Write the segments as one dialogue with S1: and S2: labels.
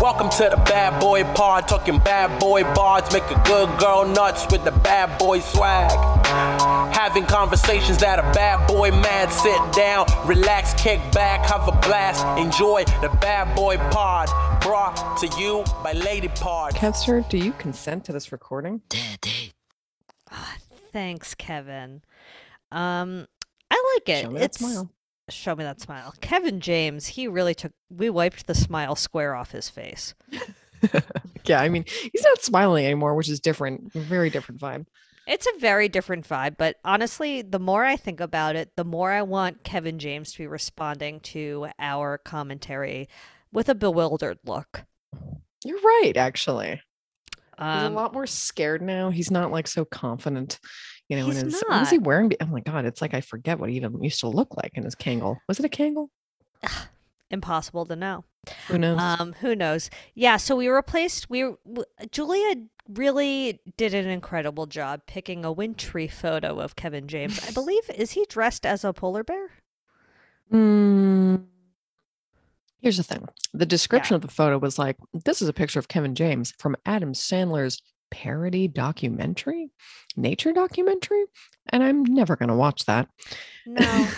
S1: Welcome to the bad boy pod, talking bad boy bards, make a good girl nuts with the bad boy swag. Having conversations that a bad boy mad, sit down, relax, kick back, have a blast, enjoy the bad boy pod, brought to you by Lady Pod.
S2: Kevster, do you consent to this recording?
S3: Ah, thanks, Kevin. Um, I like it.
S2: Show me that
S3: It's-
S2: smile.
S3: Show me that smile. Kevin James, he really took. We wiped the smile square off his face.
S2: Yeah, I mean, he's not smiling anymore, which is different. Very different vibe.
S3: It's a very different vibe, but honestly, the more I think about it, the more I want Kevin James to be responding to our commentary with a bewildered look.
S2: You're right, actually. He's a
S3: Um,
S2: lot more scared now. He's not like so confident, you know.
S3: He's
S2: in his, what was he
S3: not.
S2: wearing? be- Oh my god, it's like I forget what he even used to look like in his Kangle. Was it a Kangle?
S3: impossible to know.
S2: Who knows?
S3: Um, who knows? Yeah, so we replaced we w- Julia really did an incredible job picking a wintry photo of Kevin James. I believe is he dressed as a polar bear?
S2: Mm. Here's the thing: the description of the photo was like, "This is a picture of Kevin James from Adam Sandler's parody documentary, nature documentary," and I'm never going to watch that.
S3: No.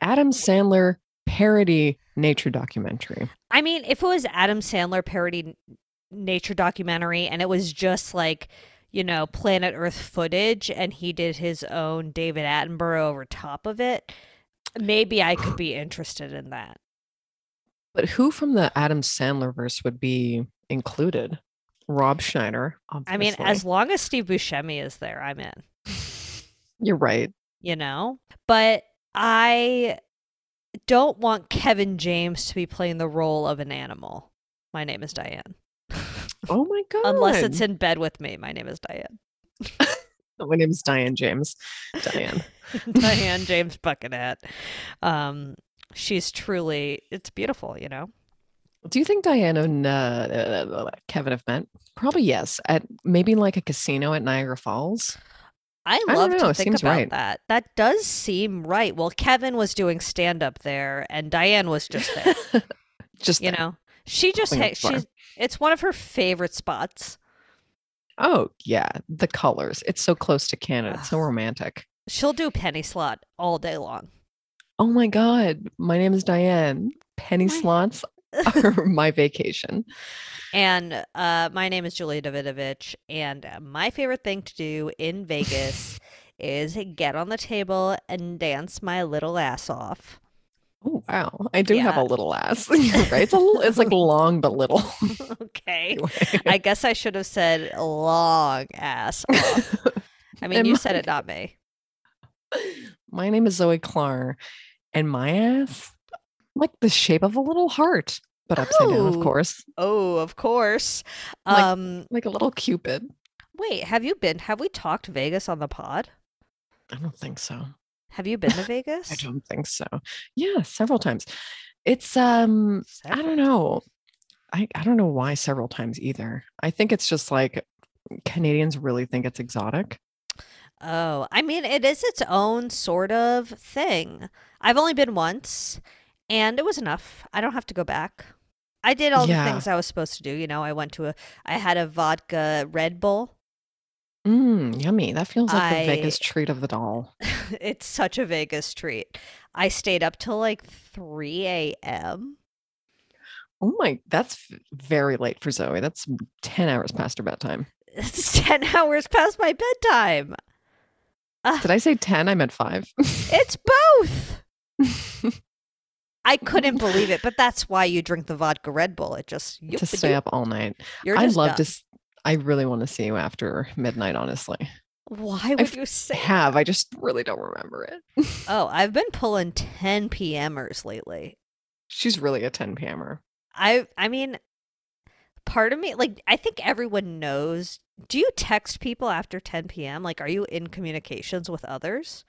S2: Adam Sandler parody nature documentary.
S3: I mean, if it was Adam Sandler parody n- nature documentary and it was just like, you know, planet Earth footage and he did his own David Attenborough over top of it, maybe I could be interested in that.
S2: But who from the Adam Sandler verse would be included? Rob Schneider.
S3: I mean,
S2: obviously.
S3: as long as Steve Buscemi is there, I'm in.
S2: you're right.
S3: you know? But I don't want Kevin James to be playing the role of an animal. My name is Diane.
S2: Oh my god.
S3: Unless it's in bed with me. My name is Diane.
S2: my name is Diane James. Diane.
S3: Diane James Buckethead. Um, she's truly, it's beautiful, you know?
S2: Do you think Diane and uh, Kevin have met? Probably yes. At maybe like a casino at Niagara Falls.
S3: I
S2: don't
S3: love
S2: know,
S3: to think
S2: seems
S3: about
S2: right.
S3: that. That does seem right. Well, Kevin was doing stand up there and Diane was just there,
S2: Just
S3: you
S2: there.
S3: know? She just,
S2: Pulling up
S3: ha-
S2: the bar.
S3: she's, it's one of her favorite spots.
S2: Oh yeah, the colors. It's so close to Canada. It's so
S3: Ugh.
S2: romantic.
S3: She'll do penny slot all day long.
S2: Oh my god. My name is Diane. Penny
S3: My-
S2: slots are my vacation.
S3: And uh, my name is Julia Davidovich, and uh, my favorite thing to do in Vegas is get on the table and dance my little ass off.
S2: Oh wow, I do have a
S3: Yeah.
S2: little ass. You're right, it's a little, it's like long but little.
S3: okay.
S2: Anyway.
S3: I guess I should have said long ass off. I mean,
S2: And
S3: you
S2: my-
S3: said it, not me.
S2: My name is Zoe Clar, and my ass like the shape of a little heart, but upside down, of
S3: Oh.
S2: course,
S3: Oh, of course.
S2: Like-
S3: Um,
S2: like a little cupid.
S3: wait, have you been? Have we talked Vegas on the pod?
S2: I don't think so.
S3: Have you been to Vegas?
S2: I don't think so. Yeah, several times. It's um, I
S3: Several
S2: don't know. I I don't know why several times either. I think it's just like Canadians really think it's exotic.
S3: Oh, I mean, it is its own sort of thing. I've only been once, and it was enough. I don't have to go back. I did all
S2: Yeah.
S3: the things I was supposed to do. You know, I went to a, I had a vodka Red Bull.
S2: Mm, yummy. That feels like the
S3: I-
S2: Vegas treat of the doll.
S3: It's such a Vegas treat. I stayed up till like 3 a.m.
S2: Oh my, that's f- very late for Zoe. That's 10 hours past her bedtime.
S3: It's 10 hours past my bedtime.
S2: Did I say 10? I meant five.
S3: It's both. I couldn't believe it, but that's why you drink the vodka Red Bull. It just,
S2: to stay
S3: yoop-a-doop.
S2: up all night.
S3: you're
S2: I'd
S3: just
S2: love
S3: done.
S2: to. s- I really want to see you after midnight, honestly.
S3: Why would
S2: I've-
S3: you
S2: I
S3: say
S2: have. I just really don't remember it.
S3: Oh, I've been pulling 10 PMers lately.
S2: She's really a 10 PMer.
S3: I I mean, part of me like I think everyone knows. Do you text people after 10 p.m.? Like are you in communications with others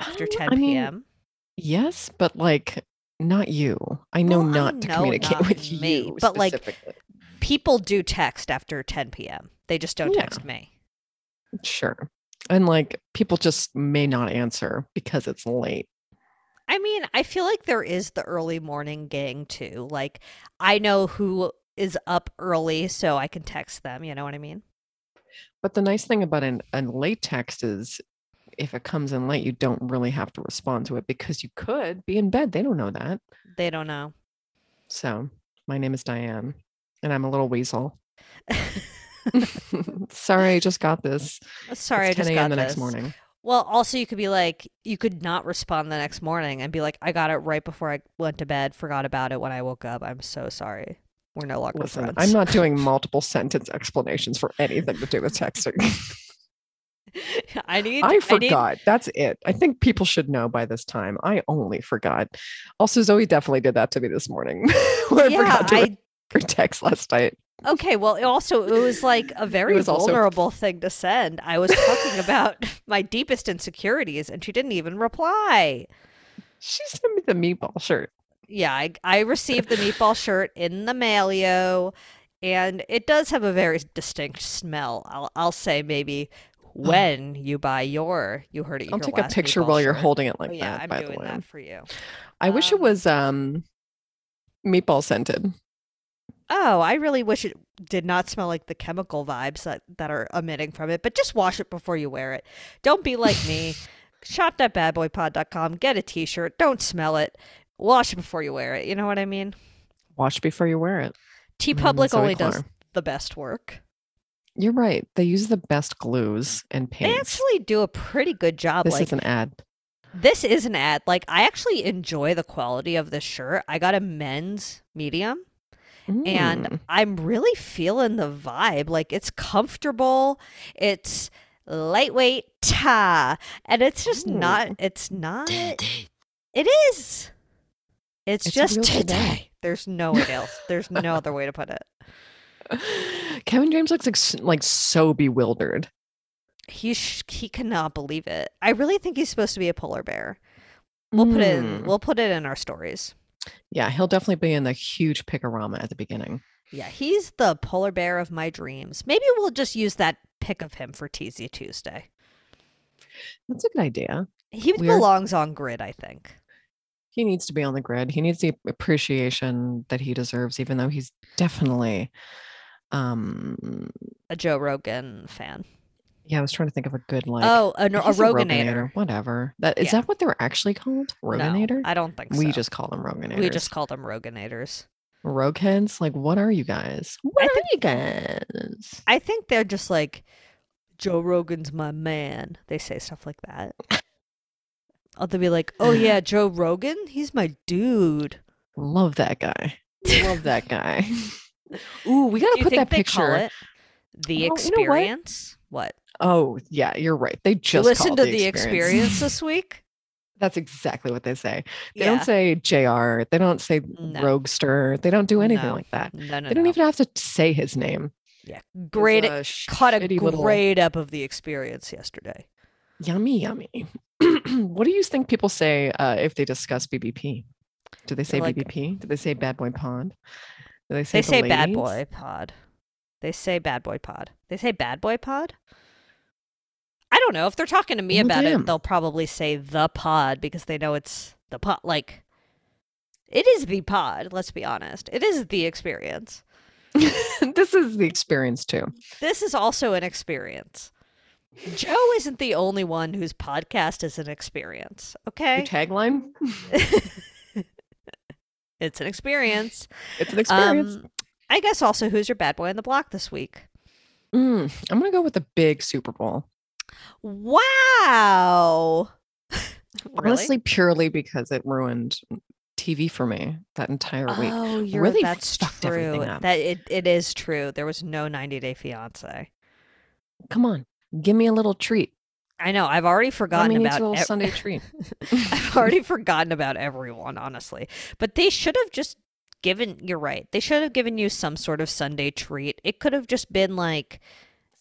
S3: after
S2: Um,
S3: 10
S2: I mean,
S3: p.m.?
S2: Yes, but like not you. I know
S3: Well, I
S2: not to
S3: know
S2: communicate
S3: not
S2: with
S3: me,
S2: you.
S3: but, like,
S2: specifically.
S3: People do text after 10 p.m. They just don't
S2: Yeah.
S3: text me.
S2: sure. And like people just may not answer because it's late.
S3: I mean, I feel like there is the early morning gang too. Like I know who is up early, so I can text them. You know what I mean?
S2: But the nice thing about an, an late text is if it comes in late, you don't really have to respond to it because you could be in bed. They don't know that.
S3: They don't know.
S2: So, my name is Diane, and I'm a little weasel. Sorry, I just got this.
S3: Sorry,
S2: it's
S3: I
S2: 10
S3: just
S2: a.m.
S3: got
S2: the
S3: this.
S2: next morning.
S3: Well, also you could be like, you could not respond the next morning and be like, I got it right before I went to bed, forgot about it when I woke up. I'm so sorry. We're no longer
S2: Listen,
S3: friends.
S2: I'm not doing multiple sentence explanations for anything to do with texting.
S3: I need.
S2: I
S3: need-
S2: forgot. That's it. I think people should know by this time. I only forgot. Also, Zoe definitely did that to me this morning. when I
S3: yeah,
S2: forgot to
S3: I
S2: her text last night.
S3: Okay, well, it also it was like a very
S2: was also-
S3: vulnerable thing to send. I was talking about my deepest insecurities, and she didn't even reply.
S2: She sent me the meatball shirt.
S3: Yeah, I, I received the meatball shirt in the mailio, and it does have a very distinct smell. I'll I'll say maybe when you buy your, you heard it.
S2: I'll
S3: here
S2: take a
S3: last,
S2: picture
S3: meatball
S2: while you're
S3: shirt.
S2: holding it like
S3: Oh, yeah,
S2: that.
S3: I'm
S2: by
S3: doing
S2: the way,
S3: that for you.
S2: I wish it
S3: Um,
S2: was um meatball scented.
S3: Oh, I really wish it did not smell like the chemical vibes that, that are emitting from it, but just wash it before you wear it. Don't be like me. Shop at badboypod.com, get a t shirt, don't smell it, wash it before you wear it. You know what I mean?
S2: Mm-hmm, Wash before you wear it.
S3: T
S2: Mm,
S3: Public
S2: Zoe
S3: only does
S2: Clark.
S3: the best work.
S2: You're right. They use the best glues and
S3: They
S2: paints.
S3: actually do a pretty good job.
S2: This
S3: like,
S2: is an ad.
S3: this is an ad. Like, I actually enjoy the quality of this shirt. I got a men's medium. and
S2: Mm.
S3: I'm really feeling the vibe. Like it's comfortable, it's lightweight, ta, and it's just
S2: Ooh.
S3: not. It's not. It is.
S2: It's
S3: It's,
S2: a
S3: just
S2: real
S3: today.
S2: today.
S3: There's no way else. There's no other way to put it.
S2: Mm. Kevin James looks like, s- like so bewildered.
S3: He sh- he cannot believe it. I really think he's supposed to be a polar bear. We'll put it. In,
S2: Mm.
S3: we'll put it in our stories.
S2: Yeah, he'll definitely be in the huge picorama at the beginning.
S3: Yeah, he's the polar bear of my dreams. Maybe we'll just use that pic of him for TZ Tuesday.
S2: That's a good idea.
S3: He
S2: We're-
S3: belongs on grid, I think.
S2: He needs to be on the grid. He needs the appreciation that he deserves, even though he's definitely um
S3: a Joe Rogan fan.
S2: yeah, I was trying to think of a good like
S3: oh, a, no- a
S2: he's
S3: Roganator.
S2: Whatever. That is
S3: Yeah.
S2: that what they're actually called? Roganator?
S3: No, I don't think so.
S2: we just call them Roganators.
S3: we just call them Roganators.
S2: rogue heads. Like, what are you guys? What are you guys?
S3: I think they're just like Joe Rogan's my man. They say stuff like that. Or they'll be like, "Oh yeah, Joe Rogan, he's my dude."
S2: Love that guy. Love that guy. Ooh, we gotta
S3: Do you
S2: put
S3: think
S2: that
S3: they call
S2: picture.
S3: it the
S2: Well, you know what?
S3: experience. what?
S2: Oh, yeah, you're right. They
S3: You
S2: just
S3: listen
S2: call
S3: to
S2: it the experience.
S3: this week.
S2: That's exactly what they say. They
S3: yeah.
S2: don't say JR. They don't say
S3: No.
S2: Roguester. They don't do anything
S3: No.
S2: like that.
S3: no, no,
S2: They don't
S3: no.
S2: even have to say his name.
S3: yeah,
S2: It's
S3: great.
S2: sh-
S3: caught a
S2: shitty little-
S3: grade up of the experience yesterday.
S2: Yummy, yummy. what do you think people say uh, if they discuss BBP? Do they say
S3: like-
S2: BBP? Do they say Bad Boy Pond? Do they say
S3: They
S2: the
S3: say bad
S2: ladies?
S3: boy pod. They say bad boy pod. They say bad boy pod. I don't know if they're talking to me
S2: Well,
S3: about
S2: damn.
S3: it. They'll probably say the pod because they know it's the pod. Like it is the pod. Let's be honest. It is the experience.
S2: this is the experience too.
S3: This is also an experience. Joe isn't the only one whose podcast is an experience.
S2: Your
S3: Okay,
S2: tagline?
S3: it's an experience.
S2: It's an experience.
S3: Um, I guess also who's your bad boy on the block this week?
S2: Mm, I'm gonna go with the big Super Bowl.
S3: Wow. Really?
S2: Honestly, purely because it ruined TV for me that entire week.
S3: Oh, you're
S2: really
S3: that's
S2: fucked everything
S3: true.
S2: up.
S3: That it, it is true. There was no 90 Day Fiance.
S2: Come on, give me a little treat.
S3: I know. I've already
S2: Let
S3: forgotten
S2: me eat
S3: about
S2: a little
S3: ev-
S2: Sunday treat.
S3: I've already forgotten about everyone, honestly. But they should have just given. You're right. They should have given you some sort of Sunday treat. It could have just been like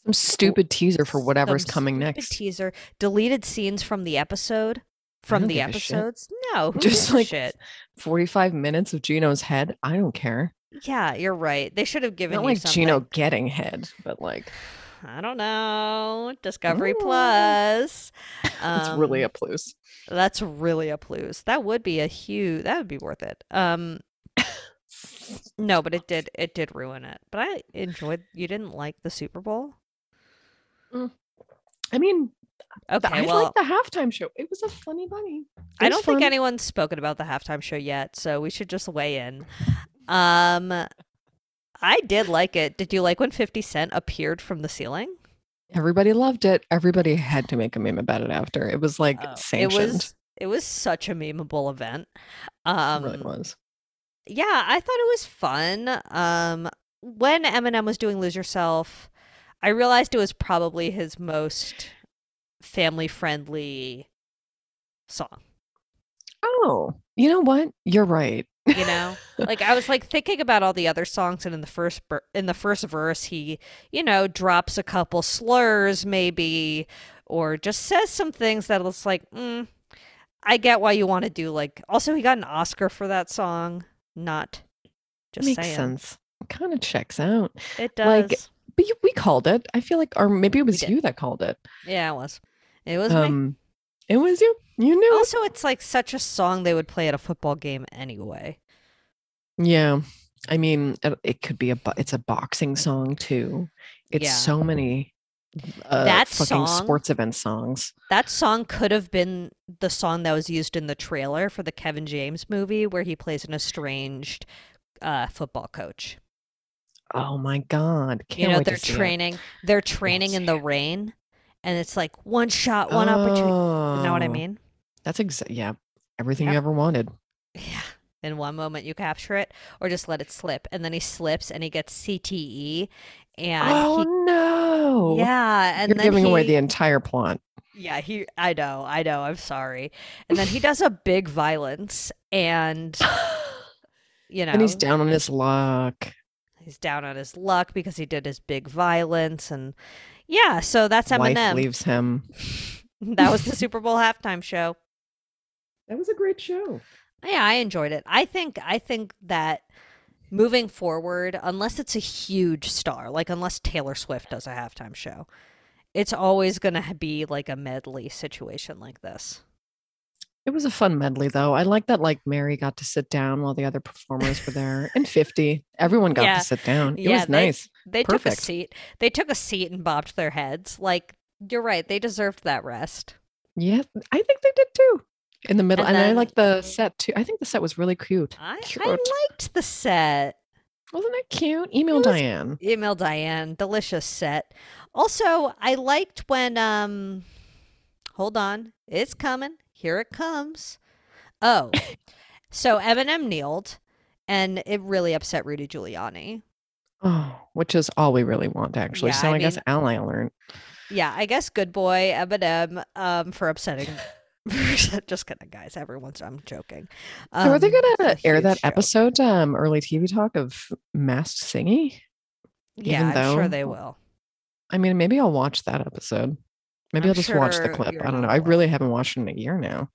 S2: Some stupid teaser for whatever's
S3: some
S2: coming
S3: stupid
S2: next.
S3: teaser, deleted scenes from the episode, from
S2: don't
S3: the
S2: give a shit.
S3: episodes. No, who
S2: Just
S3: gives a
S2: like-
S3: shit.
S2: 45 minutes of Gino's head. I don't care.
S3: Yeah, you're right. They should have given
S2: Not
S3: you
S2: like
S3: something.
S2: Gino getting head, but like
S3: I don't know. Discovery
S2: Mm.
S3: Plus.
S2: it's really a
S3: Um,
S2: plus.
S3: that's really a plus. That would be a huge. That would be worth it. Um, No, but it did it did ruin it. But I enjoyed you didn't like the Super Bowl?
S2: I mean,
S3: Okay,
S2: I
S3: well
S2: like the halftime show. It was a funny bunny.
S3: I don't think anyone's spoken about the halftime show yet, so we should just weigh in. Um I did like it. Did you like when 50 Cent appeared from the ceiling?
S2: Everybody loved it. Everybody had to make a meme about it after. It was like
S3: Oh, it
S2: sanctioned.
S3: was it was such a memeable event. Um
S2: It really was.
S3: yeah, I thought it was fun. Um, when Eminem was doing "Lose Yourself," I realized it was probably his most family-friendly song.
S2: Oh, you know what? You're right.
S3: You know, like I was like thinking about all the other songs, and in the first ver- in the first verse, he you know drops a couple slurs, maybe, or just says some things that it's like, mm, I get why you want to do like. Also, he got an Oscar for that song. Not just
S2: Makes
S3: saying.
S2: sense. Kind of checks out.
S3: It does.
S2: Like- But you, we called it. I feel like, or maybe it was
S3: did.
S2: you that called it.
S3: Yeah, it was. It was. Oh. my...
S2: Um, it was you. You knew.
S3: Also, it's like such a song they would play at a football game anyway.
S2: it. Yeah. I mean, it, it could be a. bo- It's a boxing song too. It's
S3: Yeah.
S2: so many. Uh,
S3: That
S2: fucking
S3: song-
S2: sports event songs.
S3: That song could have been the song that was used in the trailer for the Kevin James movie where he plays an estranged uh, football coach.
S2: Oh my god! Can't
S3: you know,
S2: wait to
S3: they're
S2: see it.
S3: training. They're training in the rain, and it's like one shot, one opportunity. You know what I
S2: Oh,
S3: mean?
S2: That's exactly yeah. Everything
S3: Yep.
S2: you ever wanted.
S3: Yeah. In one moment you capture it, or just let it slip, and then he slips and he gets CTE, and
S2: oh no!
S3: he, yeah, and
S2: You're
S3: then
S2: giving away
S3: he-
S2: the entire plot.
S3: Yeah, he I know, I know, I'm sorry. And then he does a big violence and you know
S2: And he's down on his luck.
S3: he's down on his luck because he did his big violence and yeah, so that's
S2: Life
S3: Eminem.
S2: leaves him.
S3: that was the Super Bowl halftime show.
S2: That was a great show.
S3: Yeah, I enjoyed it. I think I think that moving forward, unless it's a huge star, like unless Taylor Swift does a halftime show, it's always going to be like a medley situation like this.
S2: It was a fun medley though. I like that like Mary got to sit down while the other performers were there. And 50. Everyone got
S3: Yeah.
S2: to sit down. It
S3: Yeah,
S2: was
S3: they-
S2: nice.
S3: They took a
S2: Perfect.
S3: seat. They took a seat and bobbed their heads. Like you're right. They deserved that rest.
S2: Yeah. I think they did too. In the middle.
S3: And
S2: And, I
S3: then-
S2: like the set too. I think the set was really cute.
S3: I, I
S2: Cute.
S3: liked the set.
S2: Wasn't that cute? Email
S3: was-
S2: Diane.
S3: Email Diane, delicious set. Also, I liked when um hold on. It's coming. Here it comes. Oh. so Eminem kneeled and it really upset Rudy Giuliani.
S2: Oh, which is all we really want actually.
S3: Yeah,
S2: so
S3: I
S2: I, guess
S3: mean-
S2: Ally learned.
S3: Yeah, I guess good boy Eminem um for upsetting just kidding guys everyone's i'm joking
S2: So are they
S3: Um,
S2: gonna
S3: it's a
S2: air
S3: huge
S2: that
S3: joke.
S2: episode, um, early TV talk of masked singing?
S3: Yeah,
S2: even
S3: I'm sure
S2: though-
S3: they will.
S2: I mean, maybe I'll watch that episode. Maybe
S3: I'm
S2: will just watch the
S3: sure
S2: clip.
S3: you're
S2: I don't know.
S3: not
S2: I
S3: alone.
S2: really haven't watched it in a year now.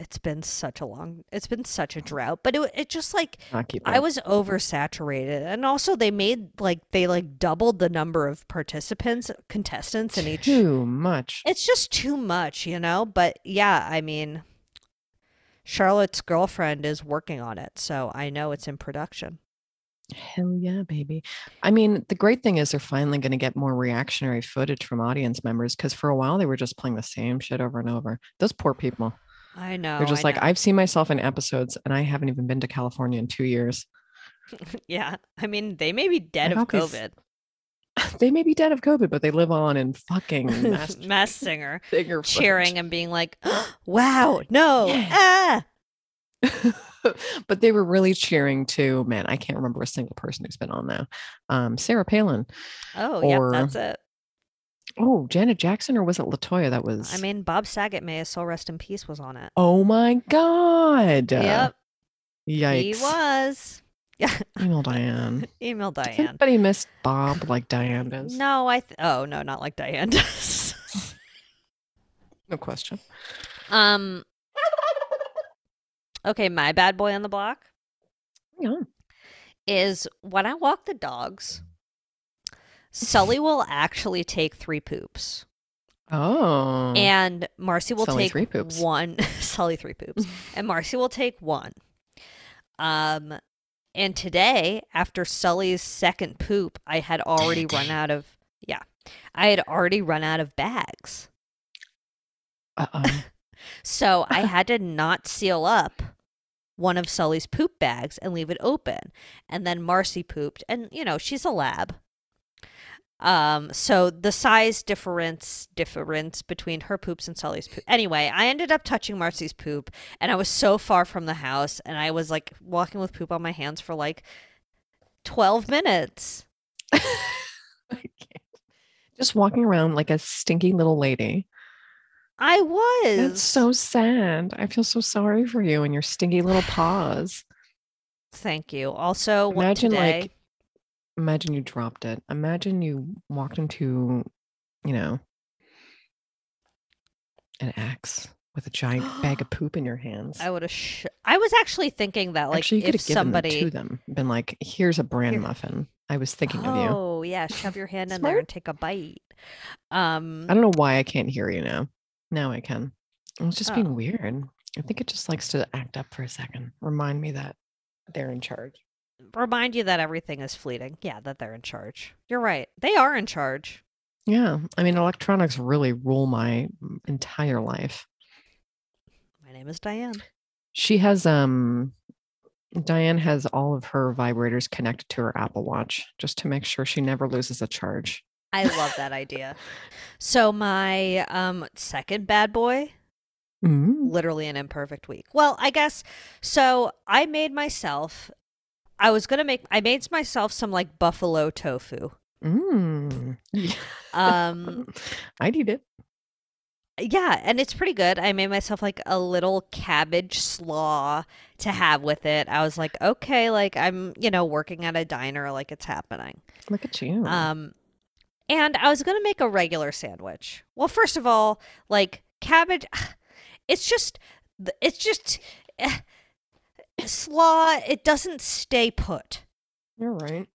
S3: It's been such a long, it's been such a drought, but it, it just like
S2: Not keep
S3: I
S2: up.
S3: was oversaturated, and also they made like they like doubled the number of participants, contestants in each.
S2: too much.
S3: It's just too much, you know. But yeah, I mean, Charlotte's girlfriend is working on it, so I know it's in production.
S2: Hell yeah, baby. I mean, the great thing is they're finally going to get more reactionary footage from audience members because for a while they were just playing the same shit over and over. Those poor people.
S3: I know.
S2: they're just
S3: Oh, I
S2: like, I've seen myself in episodes and I haven't even been to California in two years.
S3: know. yeah. I mean, they may be dead
S2: I
S3: of
S2: hope he's-
S3: COVID.
S2: they may be dead of COVID, but they live on in fucking mass
S3: Mass singer
S2: singer footage.
S3: cheering and being like, "Wow, no,
S2: Yeah.
S3: ah."
S2: but they were really cheering too. Man, I can't remember a single person who's been on now. Um, Sarah Palin.
S3: Oh,
S2: or-
S3: yeah, that's it.
S2: Oh, Janet Jackson, or was it Latoya that was?
S3: I mean, Bob Saget, may his soul rest in peace, was on it.
S2: oh my God.
S3: Yep, he
S2: Yikes.
S3: was. Yeah,
S2: Email Diane.
S3: email
S2: Does
S3: Diane.
S2: anybody miss Bob like Diane does?
S3: No, I. Th- oh no, not like Diane does.
S2: No question.
S3: um. Okay, my bad boy on the block
S2: Hang on.
S3: is when I walk the dogs. Sully will actually take three poops.
S2: Oh.
S3: and Marcy will
S2: Sully
S3: take
S2: three poops.
S3: one. Sully three poops, and Marcy will take one. Um, And today, after Sully's second poop, I had already run out of yeah. I had already run out of bags.
S2: Uh-oh.
S3: So I had to not seal up one of Sully's poop bags and leave it open. And then Marcy pooped and you know, she's a lab. Um so the size difference difference between her poops and Sully's poop. Anyway, I ended up touching Marcy's poop and I was so far from the house and I was like walking with poop on my hands for like 12 minutes.
S2: I can't. Just walking around like a stinky little lady.
S3: I was.
S2: That's so sad. I feel so sorry for you and your stinky little paws.
S3: Thank you. Also, what-
S2: Imagine
S3: today,
S2: like imagine you dropped it. Imagine you walked into, you know, an axe with a giant bag of poop in your hands.
S3: I would have. Sh- I was actually thinking that like
S2: Actually, you could
S3: if
S2: have given them
S3: somebody.
S2: to them, been like, here's a bran
S3: Here.
S2: muffin. I was thinking
S3: oh,
S2: of you.
S3: yeah, shove your hand in there and take a bite. Um,
S2: I don't know why I can't hear you now. Now I can. I was just
S3: Oh.
S2: being weird. I think it just likes to act up for a second. Remind me that they're in charge.
S3: remind you that everything is fleeting. Yeah, that they're in charge. You're right. They are in charge.
S2: Yeah. I mean, electronics really rule my mm, entire life.
S3: My name is Diane.
S2: She has, um, Diane has all of her vibrators connected to her Apple Watch just to make sure she never loses a charge.
S3: I love that idea. So my um second bad boy
S2: Mm.
S3: literally an imperfect week. Well, I guess so. I made myself. I was gonna make. I made myself some like buffalo tofu.
S2: Mm.
S3: Um,
S2: I'd eat it.
S3: yeah, and it's pretty good. I made myself like a little cabbage slaw to have with it. I was like, okay, like I'm, you know, working at a diner, like it's happening.
S2: Look at you.
S3: Um, and I was gonna make a regular sandwich. Well, first of all, like cabbage, it's just, th- it's just eh, slaw. It doesn't stay put.
S2: You're right.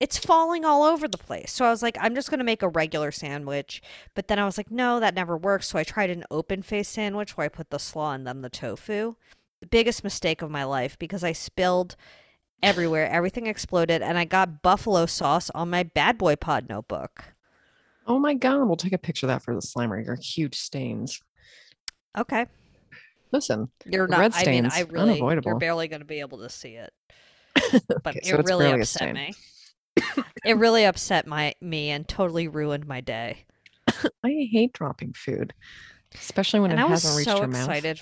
S3: It's falling all over the place. So I was like, I'm just gonna make a regular sandwich. But then I was like, no, that never works. So I tried an open face sandwich where I put the slaw and then the tofu. The biggest mistake of my life because I spilled everywhere. Everything exploded, and I got buffalo sauce on my bad boy pod notebook.
S2: Oh my God. We'll take a picture of that for the Slimer. Your huge stains.
S3: Okay.
S2: Listen,
S3: You're
S2: The
S3: not.
S2: red
S3: I mean,
S2: stain's
S3: I really.
S2: unavoidable.
S3: You're barely going to be able to see it. But
S2: Okay,
S3: it
S2: so it's
S3: really
S2: barely a
S3: upset
S2: stain.
S3: me. it really upset my me and totally ruined my day.
S2: I hate dropping food, especially when
S3: and
S2: it
S3: I was
S2: hasn't reached
S3: so
S2: your mouth.
S3: excited.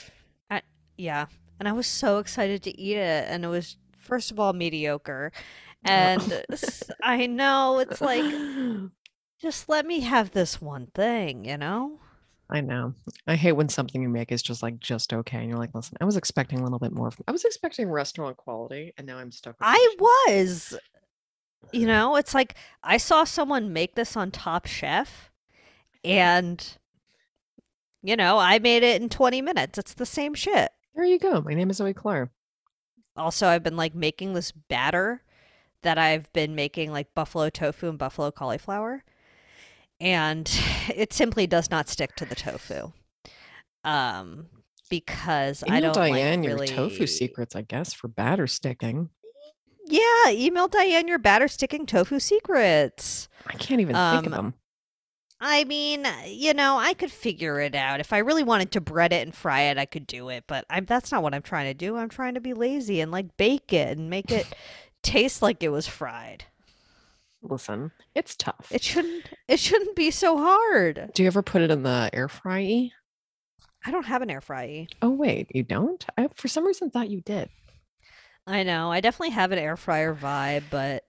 S3: I, yeah, and I was so excited to eat it, and it was first of all mediocre,
S2: Oh.
S3: and s- I know it's like just let me have this one thing, you know.
S2: I know. I hate when something you make is just like just okay, and you're like, listen, I was expecting a little bit more. From- I was expecting restaurant quality, and now I'm stuck. With
S3: I
S2: this shit."
S3: was. You know, it's like I saw someone make this on Top Chef and you know, I made it in 20 minutes. It's the same shit.
S2: There you go. My name is Zoe Clark.
S3: Also, I've been like making this batter that I've been making like buffalo tofu and buffalo cauliflower and it simply does not stick to the tofu. Um because I
S2: Email
S3: don't like,
S2: Diane
S3: really-
S2: your tofu secrets, I guess, for batter sticking.
S3: Yeah, email Diane your batter sticking tofu secrets.
S2: I can't even think of
S3: Um,
S2: them.
S3: I mean, you know, I could figure it out. If I really wanted to bread it and fry it, I could do it, but I'm that's not what I'm trying to do. I'm trying to be lazy and like bake it and make it taste like it was fried.
S2: Listen, it's tough.
S3: It shouldn't it shouldn't be so hard.
S2: Do you ever put it in the air fryer?
S3: I don't have an air fryer.
S2: Oh wait, you don't. I for some reason thought you did.
S3: I know. I definitely have an air fryer vibe, but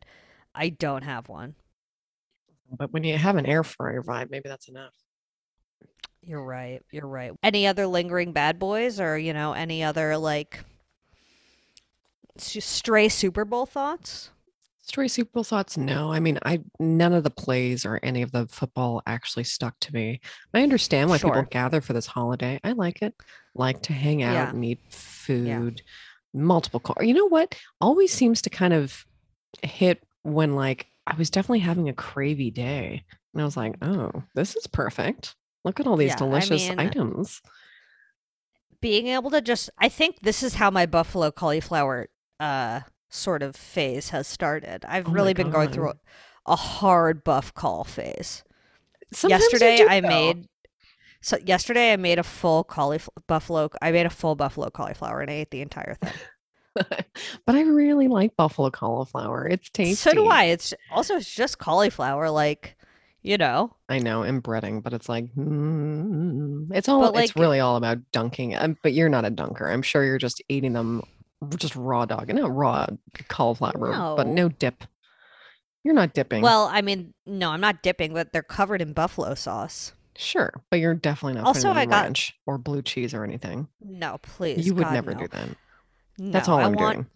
S3: I don't have one.
S2: But when you have an air fryer vibe, maybe that's enough.
S3: You're right. You're right. Any other lingering bad boys or, you know, any other like s- stray Super Bowl thoughts?
S2: Story Super Bowl thoughts? No, I mean, I none of the plays or any of the football actually stuck to me. I understand why
S3: Sure.
S2: people gather for this holiday. I like it, like to hang out
S3: Yeah.
S2: and eat food. Multiple car. You know what? Always seems to kind of hit when like I was definitely having a cravey day, and I was like, oh, this is perfect. Look at all these
S3: Yeah, I
S2: delicious
S3: mean,
S2: items.
S3: being able to just i think this is how my buffalo cauliflower uh sort of phase has started. I've really been going through a, a hard buff call phase.
S2: Sometimes I
S3: yesterday
S2: do,
S3: I
S2: though.
S3: made so yesterday I made a full cauliflower buffalo I made a full buffalo cauliflower and I ate the entire thing.
S2: but I really like buffalo cauliflower. It's tasty.
S3: So do I. It's also it's just cauliflower like, you know.
S2: I know, and breading, but it's like, mm, it's all.
S3: But,
S2: it's
S3: like-
S2: really all about dunking. Um, but you're not a dunker. I'm sure you're just eating them, just raw dog, not raw cauliflower, but
S3: No.
S2: no dip. You're not dipping.
S3: Well, I mean, no, I'm not dipping, but they're covered in buffalo sauce.
S2: sure, but you're definitely not
S3: Also,
S2: putting
S3: I
S2: in
S3: got-
S2: ranch or blue cheese or anything.
S3: No, please.
S2: you would
S3: God,
S2: never
S3: no.
S2: do that.
S3: No,
S2: That's all
S3: I
S2: I'm
S3: want
S2: doing.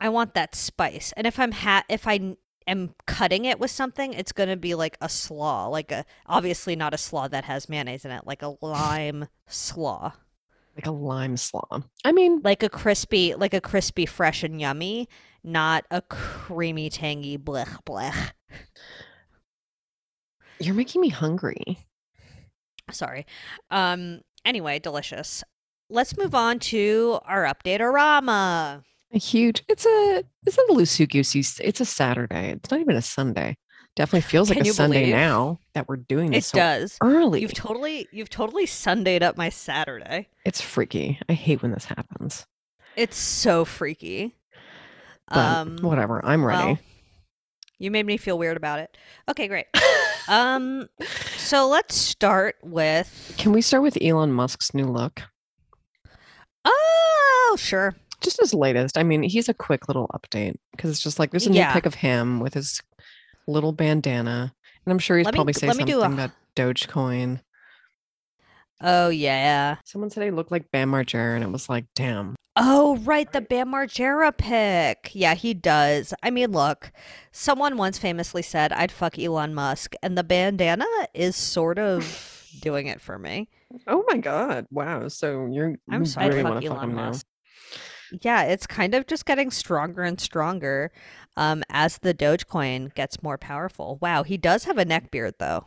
S3: I want that spice. And if I'm ha- if I n- am cutting it with something, it's going to be like a slaw, like a obviously not a slaw that has mayonnaise in it, like a lime slaw.
S2: Like a lime slaw. I mean,
S3: Like a crispy, like a crispy fresh and yummy, not a creamy tangy blech blech.
S2: you're making me hungry.
S3: Sorry. Um anyway, delicious. Let's move on to our update Rama.
S2: A huge. It's a. It's not a loosey goosey. It's a Saturday. It's not even a Sunday. Definitely feels like a
S3: Can you
S2: Sunday
S3: believe?
S2: now that we're doing
S3: It
S2: this so
S3: does.
S2: early.
S3: You've totally you've totally Sundayed up my Saturday.
S2: It's freaky. I hate when this happens.
S3: It's so freaky.
S2: But whatever. I'm ready.
S3: Um, well, you made me feel weird about it. Okay, great. um, so let's start with.
S2: Can we start with Elon Musk's new look?
S3: Oh, sure.
S2: Just his latest. I mean, he's a quick little update because it's just like there's a new
S3: Yeah.
S2: pic of him with his little bandana. And I'm sure he's
S3: Let me-
S2: probably saying
S3: let me
S2: something
S3: do a-
S2: about Dogecoin.
S3: Oh yeah.
S2: Someone said he looked like Bam Margera, and it was like, damn.
S3: Oh right, the Bam Margera pick. Yeah, he does. I mean, look. Someone once famously said, "I'd fuck Elon Musk," and the bandana is sort of doing it for me.
S2: Oh my god! Wow. So you're
S3: I'm
S2: you
S3: sorry,
S2: really
S3: fuck
S2: want to fuck
S3: Elon
S2: him now?
S3: Musk. Yeah, it's kind of just getting stronger and stronger um, as the Dogecoin gets more powerful. Wow, he does have a neck beard though.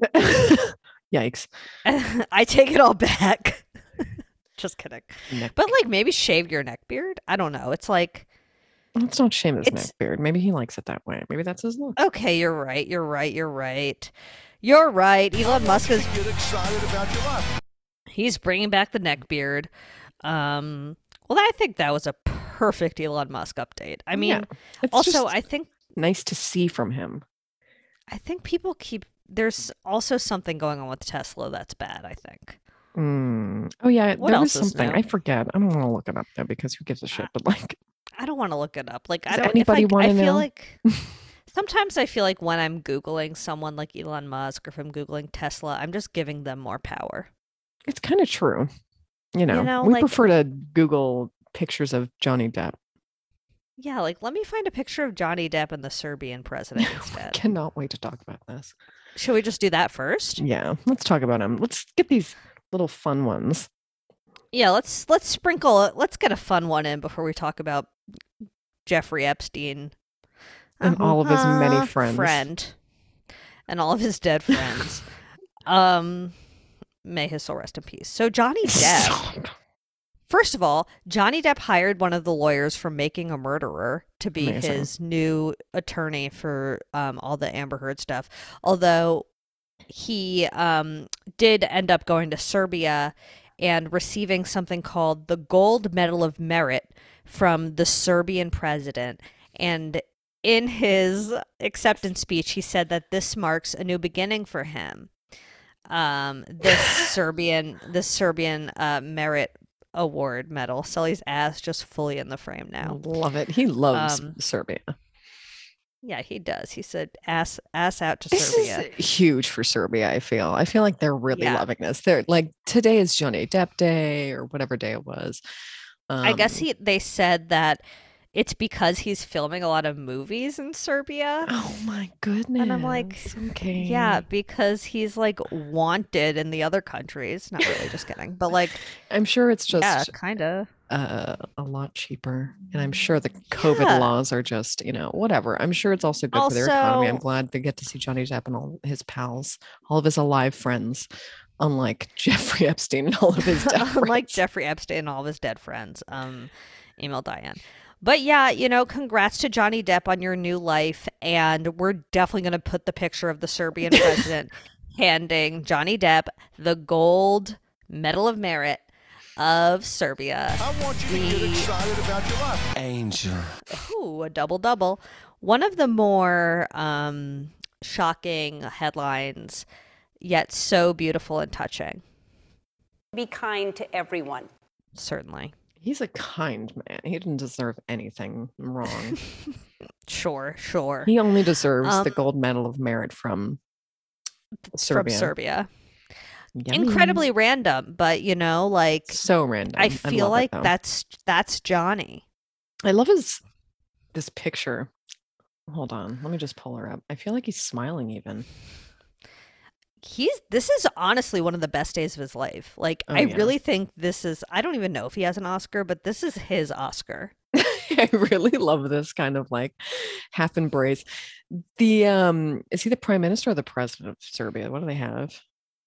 S2: Yikes!
S3: I take it all back. Just kidding.
S2: Neck.
S3: But like maybe shave your neck beard. I don't know. It's like
S2: Let's not shame his neck
S3: it's-
S2: beard. Maybe he likes it that way. Maybe that's his look.
S3: okay, you're right. You're right. You're right. You're right. Elon Musk is
S4: Get excited about your life.
S3: he's bringing back the neck beard. Um well I think that was a perfect Elon Musk update. I mean,
S2: Yeah. It's
S3: also
S2: just
S3: I think
S2: nice to see from him.
S3: I think people keep there's also something going on with Tesla that's bad, I think.
S2: Mm. Oh yeah,
S3: What
S2: there
S3: else
S2: was
S3: is
S2: something.
S3: new? Uh.
S2: I forget. I don't want to look it up though because who gives a shit? But like,
S3: I don't want to look it up. Like I
S2: Does
S3: don't
S2: anybody
S3: if I,
S2: wanna
S3: I
S2: know?
S3: feel like sometimes I feel like when I'm googling someone like Elon Musk or if I'm googling Tesla, I'm just giving them more power.
S2: it's kind of true. You know,
S3: know,
S2: we
S3: like-
S2: prefer to Google pictures of Johnny Depp.
S3: Yeah, like let me find a picture of Johnny Depp and the Serbian president instead.
S2: Cannot wait to talk about this.
S3: Should we just do that first?
S2: Yeah, let's talk about him. Let's get these little fun ones.
S3: Yeah, let's let's sprinkle it. Let's get a fun one in before we talk about Jeffrey Epstein
S2: And all of his many
S3: Uh-huh,
S2: friends.
S3: friend, and all of his dead friends. um, may his soul rest in peace. So Johnny Depp.
S2: Stop.
S3: First of all, Johnny Depp hired one of the lawyers from Making a Murderer to be
S2: Amazing.
S3: his new attorney for um, all the Amber Heard stuff. Although he um, did end up going to Serbia and receiving something called the Gold Medal of Merit from the Serbian president. And in his acceptance speech, he said that this marks a new beginning for him. Um, this Serbian, this Serbian uh, merit award medal. Sully's ass just fully in the frame now.
S2: Love it. He loves
S3: Um,
S2: Serbia.
S3: Yeah, he does. He said ass ass out to
S2: This
S3: Serbia.
S2: is huge for Serbia, I feel. I feel like they're really
S3: Yeah.
S2: loving this. They're like today is Johnny Depp Day or whatever day it was. Um,
S3: I guess he they said that it's because he's filming a lot of movies in Serbia.
S2: Oh my goodness.
S3: I'm like,
S2: okay.
S3: Yeah, because he's like wanted in the other countries. Not really, just kidding. But like,
S2: I'm sure it's just
S3: yeah, kind of.
S2: uh, a lot cheaper. And I'm sure the COVID
S3: Yeah.
S2: laws are just, you know, whatever. I'm sure it's also good for their economy. I'm
S3: Also-
S2: glad they get to see Johnny Depp and all his pals, all of his alive friends, unlike Jeffrey Epstein and all of his dead
S3: Unlike
S2: friends.
S3: Jeffrey Epstein and all of his dead friends. Um, Email Diane. But yeah, you know, congrats to Johnny Depp on your new life. And we're definitely going to put the picture of the Serbian president handing Johnny Depp the gold Medal of Merit of Serbia.
S4: I want you to get excited about your life.
S1: Angel.
S3: Ooh, a double double. One of the more um, shocking headlines, yet so beautiful and touching,
S5: Be kind to everyone.
S3: certainly.
S2: He's a kind man. He didn't deserve anything wrong.
S3: Sure, sure.
S2: he only deserves the
S3: Um,
S2: gold medal of merit from
S3: From
S2: Serbia.
S3: Serbia.
S2: Yummy.
S3: Incredibly random, but you know, like
S2: so random.
S3: I feel
S2: love it,
S3: like
S2: though.
S3: that's that's Johnny.
S2: I love his this picture. Hold on, let me just pull her up. I feel like he's smiling even.
S3: He's this is honestly one of the best days of his life. Like
S2: Oh,
S3: I
S2: yeah.
S3: really think this is I don't even know if he has an Oscar, but this is his Oscar.
S2: I really love this kind of like half embrace. The um is he the prime minister or the president of Serbia? What do they have?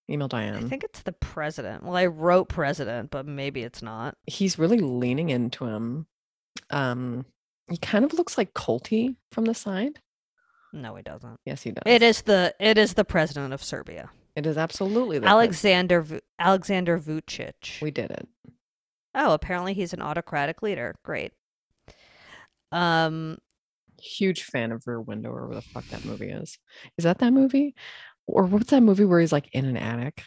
S2: Email Diane.
S3: I think it's the president. Well, I wrote president, but maybe it's not.
S2: he's really leaning into him. Um he kind of looks like Colty from the side.
S3: No, he doesn't.
S2: Yes, he does.
S3: It is the it is the president of Serbia.
S2: It is absolutely the Alex.
S3: Alexander Vu- Alexander Vucic.
S2: We did it.
S3: oh, apparently he's an autocratic leader. Great. Um
S2: Huge fan of Rear Window or whatever the fuck that movie is. Is that that movie? Or what's that movie where he's like in an attic?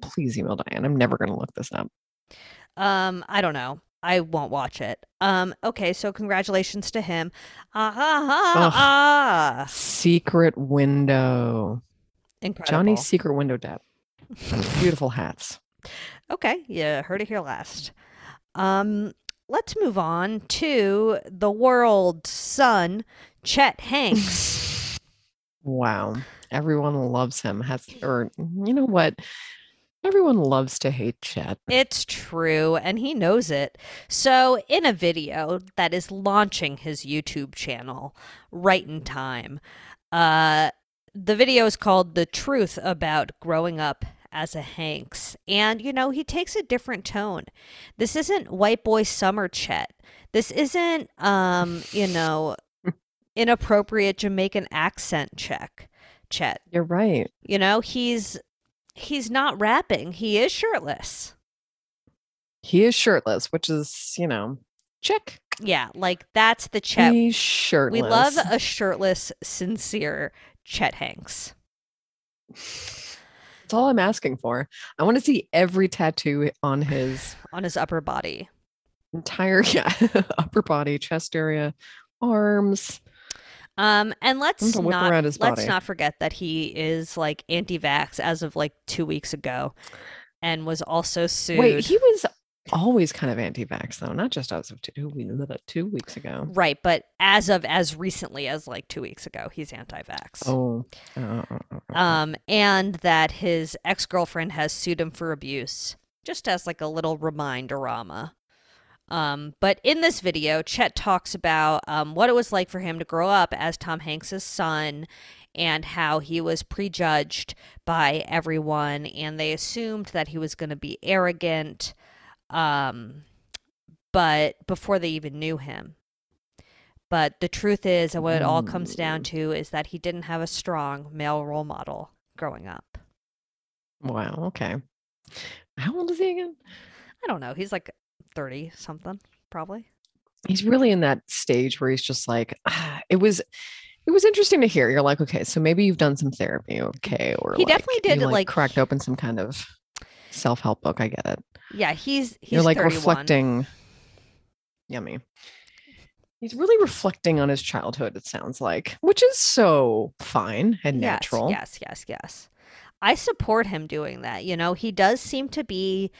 S2: Please email Diane. I'm never gonna look this up.
S3: um I don't know. I won't watch it. Um okay, so congratulations to him. Ah ah ah.
S2: Ugh.
S3: ah.
S2: Secret window.
S3: Incredible.
S2: Johnny's secret window depth. Beautiful hats.
S3: Okay, yeah, heard it here last. Um, let's move on to the world's son, Chet Hanks.
S2: Wow. Everyone loves him. Has or you know what? Everyone loves to hate Chet.
S3: it's true, and he knows it. So, in a video that is launching his YouTube channel right in time, uh, the video is called The Truth About Growing Up as a Hanks. And, you know, he takes a different tone. This isn't white boy summer Chet. This isn't, um, you know, inappropriate Jamaican accent check, Chet.
S2: You're right.
S3: You know, he's he's not rapping. He is shirtless.
S2: He is shirtless, which is, you know, check.
S3: Yeah, like that's the Chet.
S2: He's shirtless.
S3: we love a shirtless, sincere Chet Hanks.
S2: That's all I'm asking for. I want to see every tattoo on his
S3: On his upper body.
S2: entire yeah, upper body, chest area, arms.
S3: Um, and let's
S2: to whip
S3: not
S2: around his
S3: let's
S2: body.
S3: not forget that he is like anti-vax as of like two weeks ago, and was also sued.
S2: Wait, he was always kind of anti-vax though, not just as of two, we- uh, two weeks ago.
S3: right, but as of as recently as like two weeks ago, he's anti-vax.
S2: Oh, oh, oh, oh, oh, oh.
S3: um, and that his ex girlfriend has sued him for abuse, just as like a little reminder-ama. Um, but in this video, Chet talks about um, what it was like for him to grow up as Tom Hanks's son and how he was prejudged by everyone and they assumed that he was going to be arrogant um, but before they even knew him but the truth is and what it all comes down to is that he didn't have a strong male role model growing up
S2: wow. Okay. How old is he again?
S3: i don't know he's like 30 something probably
S2: he's really in that stage where he's just like "Ah," it was it was interesting to hear you're like okay so maybe you've done some therapy okay or
S3: He
S2: like,
S3: definitely did,
S2: you,
S3: like-
S2: cracked open some kind of self-help book i get it
S3: yeah he's he's
S2: you're like
S3: 31.
S2: reflecting yummy he's really reflecting on his childhood it sounds like which is so fine and
S3: Yes,
S2: natural
S3: Yes, yes, yes. I support him doing that. You know, he does seem to be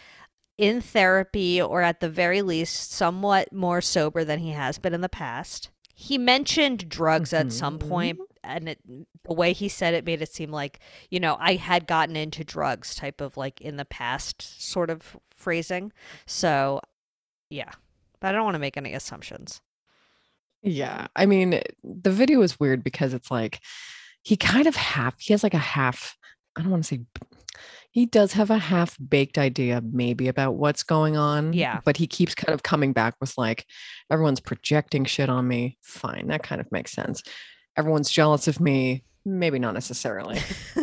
S3: in therapy or at the very least somewhat more sober than he has been in the past. He mentioned drugs at some
S2: Mm-hmm.
S3: point and it, the way he said it made it seem like, you know, I had gotten into drugs type of like in the past sort of phrasing. So, yeah. But I don't want to make any assumptions.
S2: Yeah. I mean, the video is weird because it's like he kind of half, he has like a half I don't want to say he does have a half baked idea maybe about what's going on.
S3: Yeah.
S2: But he keeps kind of coming back with like, everyone's projecting shit on me. Fine. That kind of makes sense. Everyone's jealous of me. Maybe not necessarily,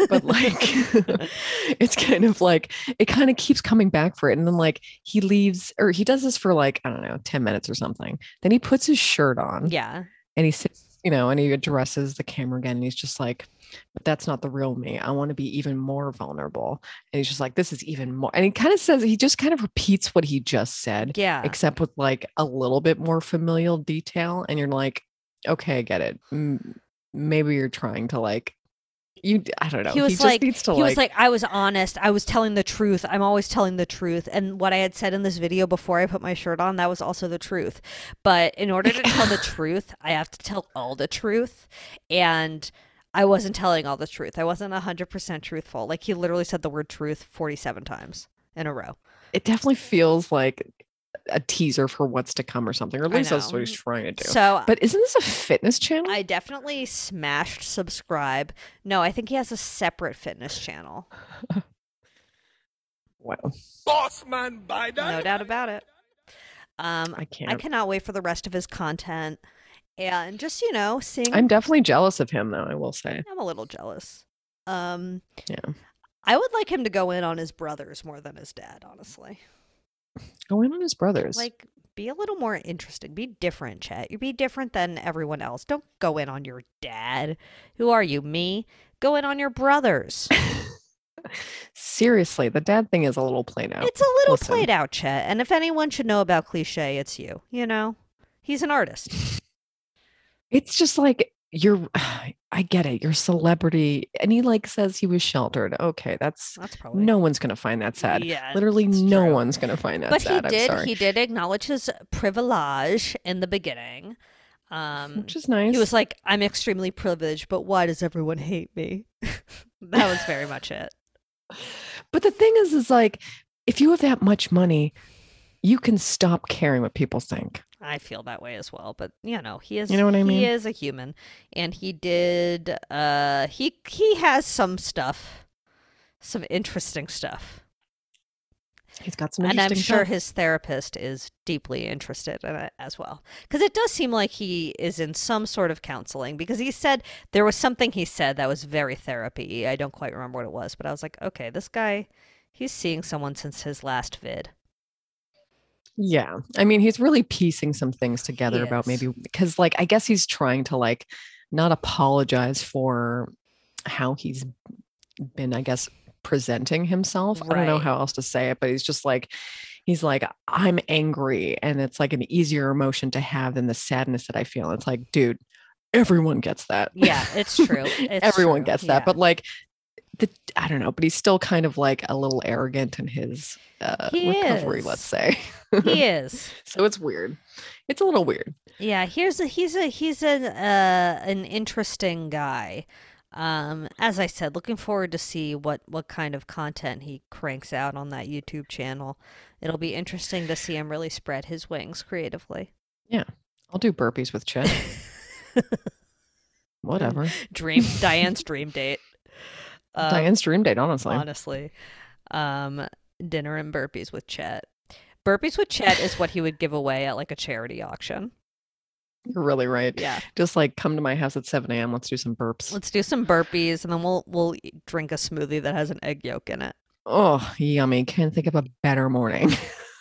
S2: but like, it's kind of like, it kind of keeps coming back for it. And then like, he leaves or he does this for like, I don't know, 10 minutes or something. Then he puts his shirt on
S3: yeah.
S2: and he sits, you know, and he addresses the camera again. And he's just like, but that's not the real me. I want to be even more vulnerable. And he's just like, this is even more. And he kind of says, he just kind of repeats what he just said,
S3: Yeah.
S2: except with like a little bit more familial detail. And you're like, okay, I get it. M- maybe you're trying to like, you, I don't know.
S3: He was
S2: just
S3: like,
S2: needs to
S3: he was
S2: like,
S3: like, I was honest. I was telling the truth. I'm always telling the truth. And what I had said in this video before I put my shirt on, that was also the truth. But in order to tell the truth, I have to tell all the truth. And I wasn't telling all the truth. I wasn't 100% truthful. Like, he literally said the word truth 47 times in a row.
S2: it definitely feels like a teaser for what's to come or something, or at
S3: I
S2: least that's
S3: know.
S2: what he's trying to do.
S3: So
S2: but isn't this a fitness channel?
S3: I definitely smashed subscribe. No, I think he has a separate fitness channel.
S2: wow.
S4: Boss man Biden.
S3: No doubt about it. Um,
S2: I can't.
S3: I cannot wait for the rest of his content and just, you know, seeing
S2: I'm definitely jealous of him, though, I will say.
S3: I'm a little jealous. Um
S2: Yeah.
S3: I would like him to go in on his brothers more than his dad, honestly.
S2: Go in on Oh, his brothers.
S3: Like be a little more interesting. Be different, Chet. You be different than everyone else. Don't go in on your dad. Who are you? Me? Go in on your brothers.
S2: Seriously, the dad thing is a little plain out.
S3: It's a little
S2: Listen.
S3: played out, Chet. And if anyone should know about cliche, it's you. You know? He's an artist.
S2: It's just like you're I get it, you're a celebrity. And he like says he was sheltered. Okay, that's
S3: That's probably
S2: no one's gonna find that sad.
S3: Yeah,
S2: Literally
S3: it's
S2: no
S3: true.
S2: one's gonna find that
S3: but
S2: sad.
S3: he did
S2: I'm sorry.
S3: he did acknowledge his privilege in the beginning um
S2: Which is nice.
S3: he was like i'm extremely privileged but why does everyone hate me that was very much it
S2: But the thing is, is like if you have that much money, you can stop caring what people think.
S3: i feel that way as well but you know he is
S2: You know what I mean?
S3: he is a human and he did uh he he has some stuff some interesting stuff
S2: He's got some
S3: and
S2: interesting
S3: i'm sure
S2: stuff.
S3: his therapist is deeply interested in it as well because it does seem like he is in some sort of counseling because he said there was something he said that was very therapy i don't quite remember what it was but i was like okay this guy he's seeing someone since his last vid
S2: Yeah. I mean, he's really piecing some things together about
S3: is.
S2: maybe because like I guess he's trying to like not apologize for how he's been, I guess, presenting himself. I don't know
S3: Right.
S2: how else to say it, but he's just like he's like I'm angry and it's like an easier emotion to have than the sadness that I feel. It's like, dude, everyone gets that.
S3: yeah it's true It's
S2: everyone
S3: true.
S2: gets that,
S3: Yeah.
S2: but like the I don't know, but he's still kind of like a little arrogant in his uh,
S3: He
S2: recovery,
S3: is.
S2: let's say.
S3: he is
S2: So it's weird. It's a little weird.
S3: yeah here's a he's a he's an uh an interesting guy um as i said looking forward to see what what kind of content he cranks out on that youtube channel it'll be interesting to see him really spread his wings creatively
S2: I'll do burpees with Chet. Whatever.
S3: dream diane's dream date um,
S2: Diane's dream date, honestly.
S3: honestly um dinner and burpees with chet burpees with chet is what he would give away at like a charity auction
S2: You're really right.
S3: yeah
S2: Just like come to my house at 7 a.m. Let's do some burps.
S3: Let's do some burpees and then we'll we'll e- drink a smoothie that has an egg yolk in it.
S2: Oh, yummy. Can't think of a better morning.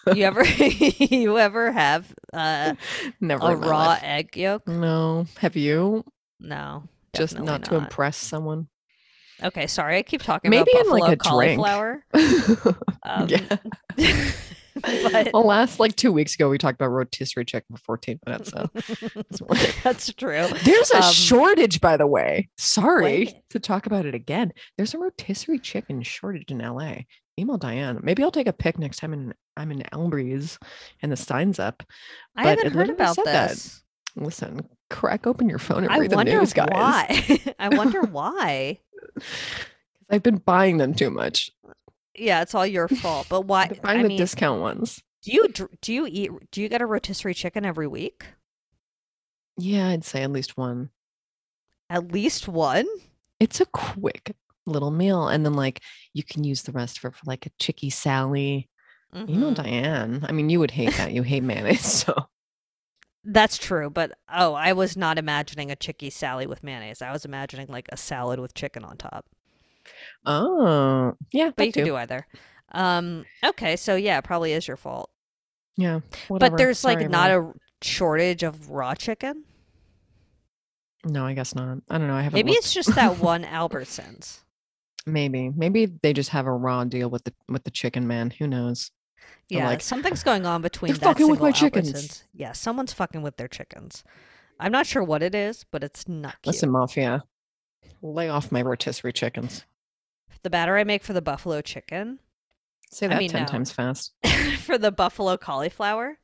S3: You ever you ever have uh,
S2: Never
S3: a
S2: in my
S3: raw
S2: life.
S3: egg yolk?
S2: No. Have you?
S3: No.
S2: Just
S3: definitely
S2: not to impress someone.
S3: Okay, sorry. I keep talking
S2: Maybe
S3: about
S2: in, like,
S3: buffalo
S2: a drink.
S3: cauliflower. Um,
S2: Yeah. Oh,
S3: but
S2: well, last like two weeks ago, we talked about rotisserie chicken for 14 minutes. So
S3: that's true.
S2: there's a
S3: Um,
S2: shortage, by the way. Sorry
S3: wait.
S2: to talk about it again. There's a rotisserie chicken shortage in LA. Email Diane. Maybe I'll take a pic next time in, I'm in Elmbreeze and the sign's up.
S3: I
S2: but
S3: haven't
S2: it
S3: heard
S2: literally
S3: about
S2: said that.
S3: this.
S2: Listen, crack open your phone and
S3: I
S2: read the
S3: wonder
S2: news, guys.
S3: why. I wonder why.
S2: 'Cause I've been buying them too much.
S3: Yeah, it's all your fault. But why?
S2: I've been buying
S3: I
S2: the
S3: mean,
S2: discount ones.
S3: do you dr- do you eat do you get a rotisserie chicken every week?
S2: Yeah, I'd say at least one.
S3: At least one.
S2: It's a quick little meal. And then like you can use the rest of it for like a chicky Sally. You know,
S3: Mhm.
S2: Diane. I mean, you would hate that. You hate mayonnaise. So
S3: That's true, but oh, I was not imagining a chicky Sally with mayonnaise. I was imagining like a salad with chicken on top.
S2: oh yeah.
S3: But
S2: that
S3: you can
S2: too.
S3: do either. Um okay, so yeah, it probably is your fault.
S2: Yeah.
S3: But there's like not a shortage of raw chicken.
S2: a No, I guess not. I don't know. I haven't
S3: Maybe
S2: looked.
S3: it's just that one Albertsons.
S2: Maybe. Maybe they just have a raw deal with the with the chicken man. Who knows?
S3: Yeah,
S2: like,
S3: something's going on between that
S2: fucking with
S3: single
S2: my chickens."
S3: Albertsons. Yeah, someone's fucking with their chickens. I'm not sure what it is, but it's not cute.
S2: Listen, mafia, lay off my rotisserie chickens.
S3: The batter I make for the buffalo chicken
S2: Say
S3: I
S2: that
S3: mean,
S2: ten
S3: no.
S2: times fast.
S3: for the buffalo cauliflower.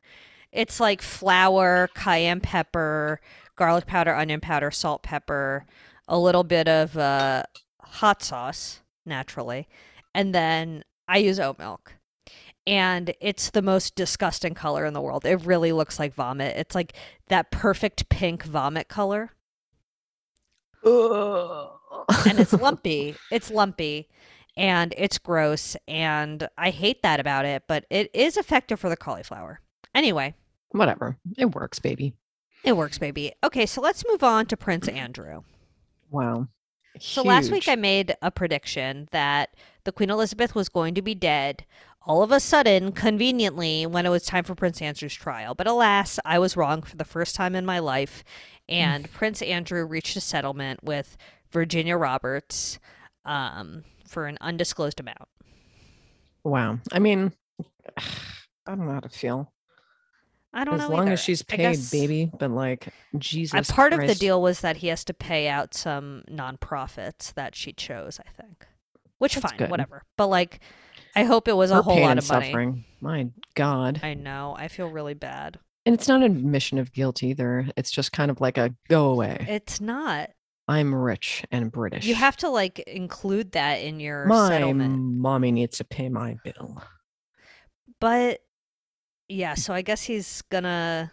S3: It's like flour, cayenne pepper, garlic powder, onion powder, salt, pepper, a little bit of uh, hot sauce, naturally. And then I use oat milk. And it's the most disgusting color in the world. It really looks like vomit. It's like that perfect pink vomit color. and it's lumpy. It's lumpy and it's gross and I hate that about it, but it is effective for the cauliflower. Anyway,
S2: Whatever. It works, baby.
S3: it works, baby. Okay, so let's move on to Prince Andrew.
S2: Wow.
S3: So last week
S2: Huge.
S3: I made a prediction that the Queen Elizabeth was going to be dead all of a sudden, conveniently, when it was time for Prince Andrew's trial. But alas, I was wrong for the first time in my life. And Prince Andrew reached a settlement with Virginia Roberts um, for an undisclosed amount.
S2: Wow. I mean, I don't know how to feel.
S3: I don't
S2: As
S3: know.
S2: long
S3: either.
S2: as she's
S3: I
S2: paid,
S3: guess-
S2: baby. But like, Jesus.
S3: Uh, part of the
S2: Christ.
S3: deal was that he has to pay out some nonprofits that she chose, I think. Which
S2: That's
S3: fine,
S2: good.
S3: whatever. But like I hope it was
S2: Her
S3: a whole
S2: pain
S3: lot
S2: and
S3: of money.
S2: suffering. My God.
S3: I know. I feel really bad.
S2: And it's not an admission of guilt either. It's just kind of like a go away.
S3: It's not.
S2: I'm rich and British.
S3: You have to like include that in your
S2: my
S3: settlement.
S2: mommy needs to pay my bill.
S3: But yeah, so I guess he's gonna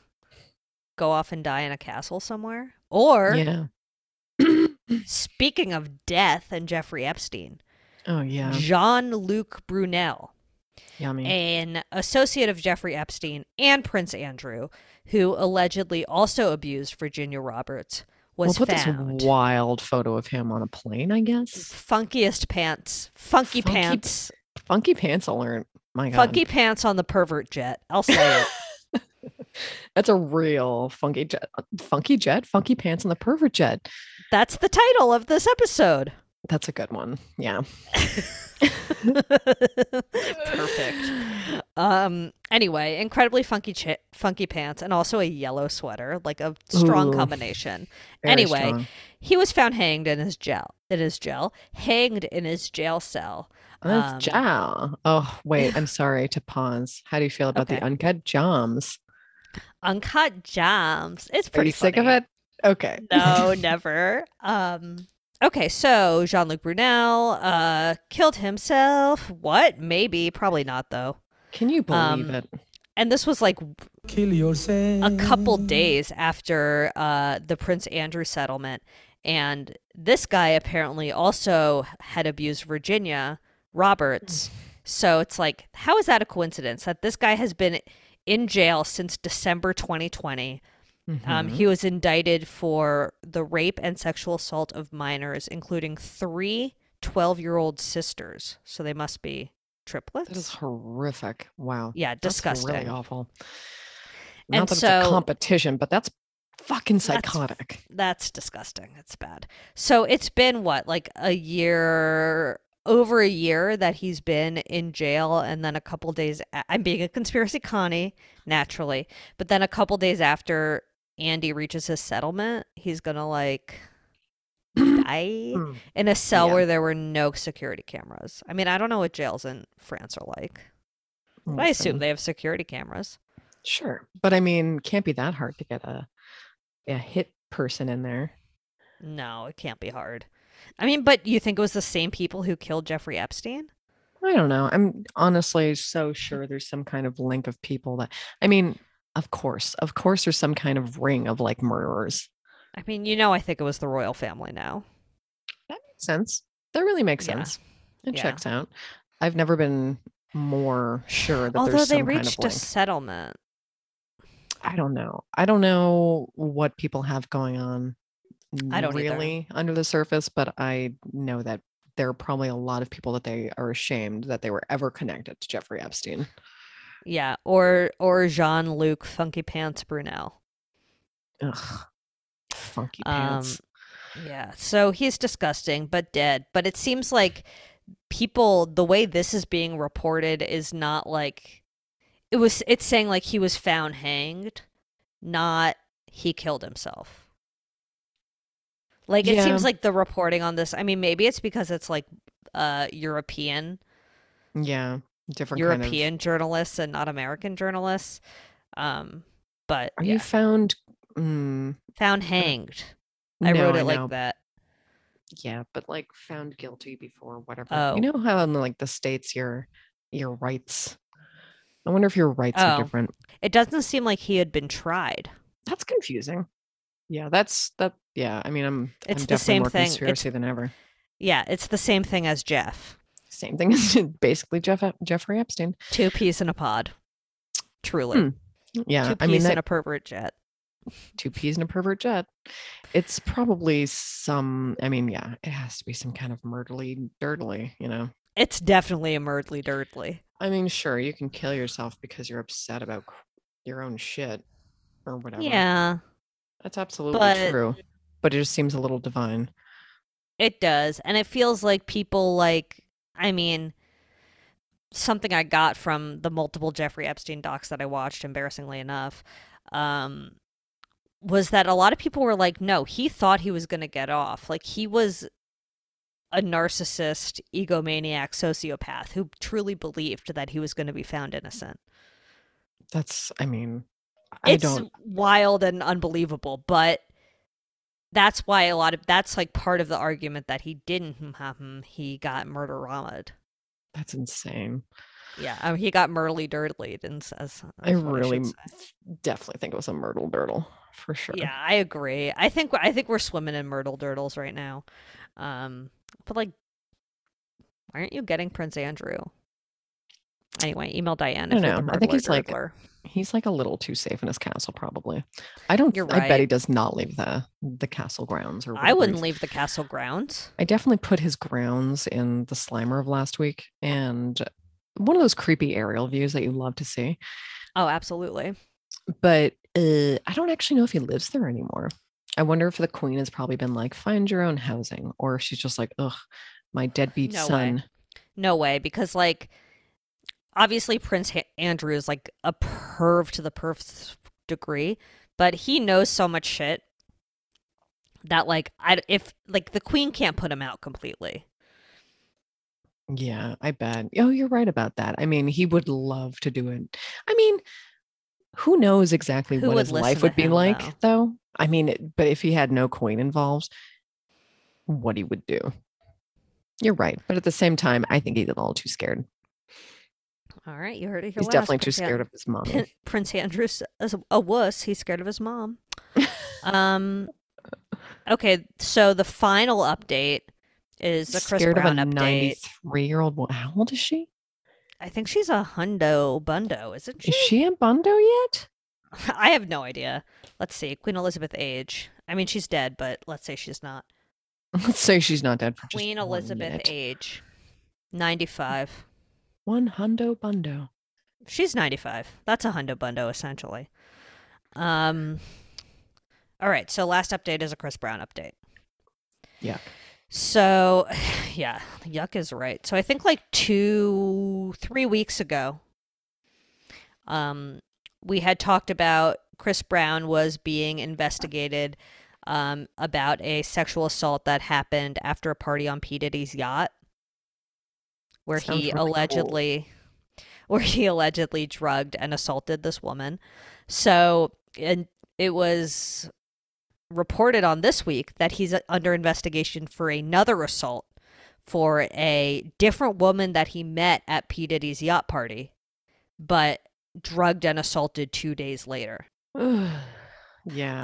S3: go off and die in a castle somewhere. Or
S2: Yeah.
S3: speaking of death and Jeffrey Epstein,
S2: Oh yeah.
S3: Jean-Luc Brunel.
S2: Yummy.
S3: an associate of Jeffrey Epstein and Prince Andrew, who allegedly also abused Virginia Roberts, was
S2: we'll put
S3: found.
S2: this wild photo of him on a plane, I guess.
S3: Funkiest pants, funky,
S2: Funky-
S3: pants,
S2: Funky pants alert. My God.
S3: funky pants on the pervert jet. I'll say it.
S2: That's a real funky jet. uh, Funky jet. Funky pants on the pervert jet.
S3: That's the title of this episode.
S2: That's a good one. Yeah.
S3: Perfect. Um. Anyway, incredibly funky, chi- funky pants, and also a yellow sweater, like a strong
S2: Ooh.
S3: combination.
S2: Very
S3: Anyway,
S2: strong.
S3: He was found hanged in his jail. In his jail, hanged in his jail cell.
S2: That's
S3: um,
S2: jow. Oh wait, I'm sorry to pause. How do you feel about
S3: Okay.
S2: the uncut jams?
S3: Uncut jams. It's
S2: Are
S3: pretty
S2: you sick of
S3: funny.
S2: it? Okay.
S3: No, never. Um. Okay, so Jean-Luc Brunel uh killed himself. What? Maybe, probably not though.
S2: Can you believe
S3: Um,
S2: it?
S3: And this was like a couple
S2: Mm.
S3: days after uh, the Prince Andrew settlement. And this guy apparently also had abused Virginia Roberts.
S2: Mm.
S3: So it's like, how is that a coincidence that this guy has been in jail since December 2020?
S2: Mm-hmm.
S3: Um,
S2: Mm.
S3: he was indicted for the rape and sexual assault of minors, including three 12 year old sisters. So they must be triplets.
S2: That is horrific. Wow.
S3: Yeah,
S2: That's
S3: disgusting.
S2: really awful.
S3: And
S2: Not that it's
S3: so-
S2: a competition, but that's fucking
S3: That's-
S2: psychotic.
S3: That's disgusting. It's bad. So it's been what, like a year, over a year that he's been in jail, and then a couple days. a- I'm being a conspiracy Connie, naturally, but then a couple days after Andy reaches his settlement, he's gonna like die
S2: Mm.
S3: in a cell
S2: Yeah.
S3: where there were no security cameras. I mean, I don't know what jails in France are like, but I assume
S2: Listen,
S3: they have security cameras.
S2: Sure. But I mean, can't be that hard to get a a hit person in there.
S3: No, it can't be hard. I mean, but you think it was the same people who killed Jeffrey Epstein?
S2: I don't know. I'm honestly so sure there's some kind of link of people that I mean, of course. Of course there's some kind of ring of like murderers.
S3: I mean, you know, I think it was the royal family now.
S2: That makes sense. That really makes
S3: Yeah.
S2: sense. It
S3: Yeah.
S2: checks out. I've never been more sure that
S3: Although
S2: there's some
S3: they
S2: kind
S3: reached
S2: of link.
S3: a settlement.
S2: I don't know. I don't know what people have going on
S3: I don't either.
S2: really under the surface, but I know that there are probably a lot of people that they are ashamed that they were ever connected to Jeffrey Epstein.
S3: Yeah, or or Jean Luc Funky Pants Brunel.
S2: Ugh. Funky
S3: Um,
S2: pants.
S3: yeah, so he's disgusting but dead. But it seems like people, the way this is being reported, is not like it was. It's saying like he was found hanged, not he killed himself. Like it
S2: Yeah.
S3: seems like the reporting on this. I mean, maybe it's because it's like uh European
S2: yeah. Different
S3: European
S2: Kind
S3: journalists and not American journalists. Um, but
S2: of, are
S3: yeah.
S2: you found? Mm,
S3: found hanged. I
S2: no,
S3: wrote it like
S2: know,
S3: that.
S2: yeah but like found guilty before whatever
S3: Oh.
S2: you know how in like the states your your rights i wonder if your rights are
S3: Oh.
S2: different
S3: It doesn't seem like he had been tried.
S2: that's confusing yeah that's that yeah i mean i'm
S3: It's
S2: i'm
S3: the
S2: definitely
S3: same
S2: more
S3: thing. It's-
S2: conspiracy than ever
S3: Yeah, it's the same thing as Jeff.
S2: same thing as basically jeff Ep- jeffrey epstein
S3: Two peas in a pod. Truly.
S2: Hmm, yeah
S3: Two
S2: i
S3: peas
S2: mean
S3: in
S2: that
S3: a pervert jet.
S2: two peas in a pervert jet it's probably some i mean yeah it has to be some kind of murderly dirtly you know
S3: It's definitely a murdly dirtly.
S2: I mean, sure, you can kill yourself because you're upset about cr- your own shit or whatever.
S3: Yeah,
S2: That's absolutely
S3: but-
S2: true. But it just seems a little divine.
S3: it does. And it feels like people like I mean something I got from the multiple Jeffrey Epstein docs that I watched, embarrassingly enough, um, was that a lot of people were like, no, he thought he was going to get off. Like, he was a narcissist, egomaniac, sociopath who truly believed that he was going to be found innocent.
S2: That's, I mean, I
S3: It's
S2: don't.
S3: wild and unbelievable, but that's why a lot of that's like part of the argument that he didn't hmm, ha, hmm, he got murder rammed.
S2: That's insane.
S3: Yeah, I mean, he got murderly dirtly and says
S2: I
S3: that's what
S2: really
S3: should
S2: m-
S3: say.
S2: definitely think it was a myrtle dirtle for sure.
S3: Yeah, I agree. I think I think we're swimming in myrtle dirtles right now. Um, but like, why aren't you getting Prince Andrew? Anyway, email Diane.
S2: I
S3: if
S2: don't
S3: you're the
S2: know. I think
S3: myrtler
S2: he's, like,
S3: dirtler.
S2: He's like a little too safe in his castle, probably. I don't,
S3: You're
S2: I
S3: right.
S2: bet he does not leave the the castle grounds or
S3: I
S2: whatever
S3: wouldn't
S2: he's-
S3: leave the castle grounds.
S2: I definitely put his grounds in the Slimer of last week and one of those creepy aerial views that you love to see.
S3: Oh, absolutely.
S2: But uh, I don't actually know if he lives there anymore. I wonder if the queen has probably been like, find your own housing, or she's just like, ugh, my deadbeat
S3: No way.
S2: son.
S3: No way, because like, obviously Prince Ha- Andrew is like a perv to the perv degree, but he knows so much shit that like I if like the queen can't put him out completely.
S2: Yeah, I bet. Oh, you're right about that. I mean, he would love to do it. I mean, who knows exactly
S3: Who
S2: what
S3: would
S2: his
S3: listen
S2: life
S3: to
S2: would be
S3: him,
S2: like,
S3: though?
S2: though? I mean, it- but if he had no queen involved, what he would do. You're right. But at the same time, I think he's a little too scared.
S3: All right, you heard it here.
S2: He's
S3: last,
S2: definitely too
S3: Prince An-
S2: scared of his mom.
S3: Prince Andrew's is a wuss. He's scared of his mom. um. Okay, so the final update is the Chris
S2: scared
S3: Brown
S2: of a
S3: update.
S2: 93 year old. How old is she?
S3: I think she's a hundo bundo, isn't she?
S2: Is she in Bondo yet?
S3: I have no idea. Let's see. Queen Elizabeth age. I mean, she's dead, but let's say she's not.
S2: Let's say she's not dead for just
S3: Queen
S2: one
S3: Elizabeth
S2: minute.
S3: age, ninety-five.
S2: One hundo bundo.
S3: She's 95. That's a hundo bundo essentially. Um All right, so last update is a Chris Brown update.
S2: Yuck.
S3: So, yeah, yuck is right. So I think like 2 3 weeks ago um we had talked about Chris Brown was being investigated um about a sexual assault that happened after a party on P Diddy's yacht where
S2: Sounds
S3: he
S2: really cool.
S3: allegedly where he allegedly drugged and assaulted this woman. So, and it was reported on this week that he's uh, under investigation for another assault for a different woman that he met at P. Diddy's yacht party, but drugged and assaulted two days later.
S2: yeah,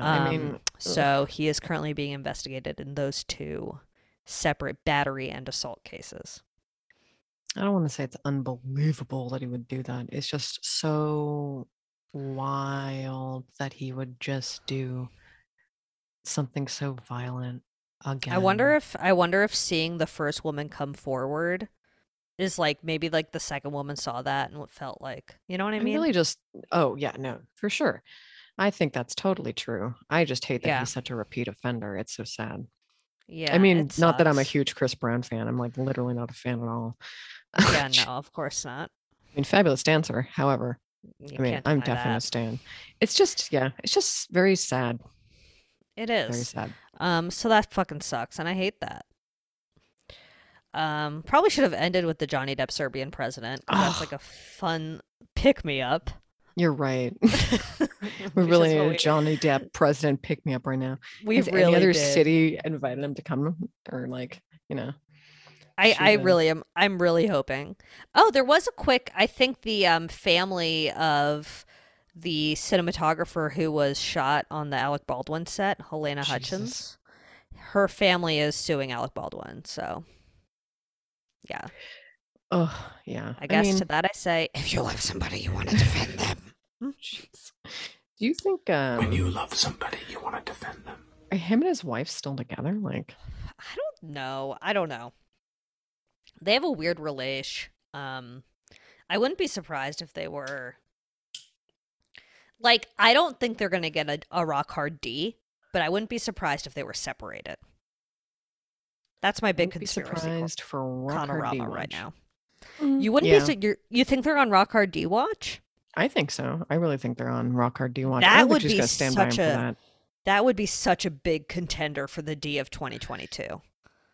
S2: I
S3: Um,
S2: mean,
S3: So he is currently being investigated in those two separate battery and assault cases.
S2: I don't want to say it's unbelievable that he would do that. It's just so wild that he would just do something so violent again.
S3: I wonder if I wonder if seeing the first woman come forward is like maybe like the second woman saw that and what felt like. You know what I
S2: I'm
S3: mean?
S2: really just oh yeah, no, for sure. I think that's totally true. I just hate that
S3: Yeah.
S2: he's such a repeat offender. It's so sad.
S3: yeah.
S2: I mean,
S3: it
S2: not that I'm a
S3: sucks.
S2: huge Chris Brown fan. I'm like literally not a fan at all.
S3: Yeah, no, of course not.
S2: I mean, fabulous dancer. However,
S3: You
S2: I mean,
S3: can't
S2: I'm
S3: deny
S2: definitely a
S3: that.
S2: stan. It's just, yeah, it's just very sad.
S3: It
S2: Very
S3: is.
S2: sad.
S3: Um, so that fucking sucks, and I hate that. Um, probably should have ended with the Johnny Depp Serbian president. 'cause That's
S2: Ugh.
S3: like a fun pick me up.
S2: You're right. we
S3: Which is
S2: really
S3: what
S2: need a
S3: we-
S2: Johnny Depp president pick me up right now.
S3: We
S2: If
S3: really
S2: any other
S3: did.
S2: city invited him to come or like, you know,
S3: I, I
S2: should've.
S3: really am. I'm really hoping. Oh, there was a quick. I think the um, family of the cinematographer who was shot on the Alec Baldwin set, Helena
S2: Jesus.
S3: Hutchins, her family is suing Alec Baldwin. So, yeah,
S2: oh yeah.
S3: I guess
S2: mean,
S3: to that I say, if you love somebody, you want to defend them.
S2: jeez. Do you think um,
S1: love somebody, you want to defend them.
S2: are him and his wife still together? Like,
S3: I don't know. I don't know. They have a weird relation. Um, I wouldn't be surprised if they were. Like, I don't think they're gonna get a, a rock hard D, but I wouldn't be surprised if they were separated. That's my big
S2: wouldn't be
S3: conspiracy
S2: surprised for Rock Hard D
S3: panorama
S2: Watch.
S3: right now.
S2: Mm,
S3: You wouldn't
S2: yeah,
S3: be. su- You're, you think they're on rock hard D watch?
S2: I think so. I really think they're on Rock Hard D Watch.
S3: That
S2: I think
S3: would
S2: she's
S3: be
S2: gonna stand by him
S3: such
S2: for
S3: a-
S2: that.
S3: That would be such a big contender for the D of 2022.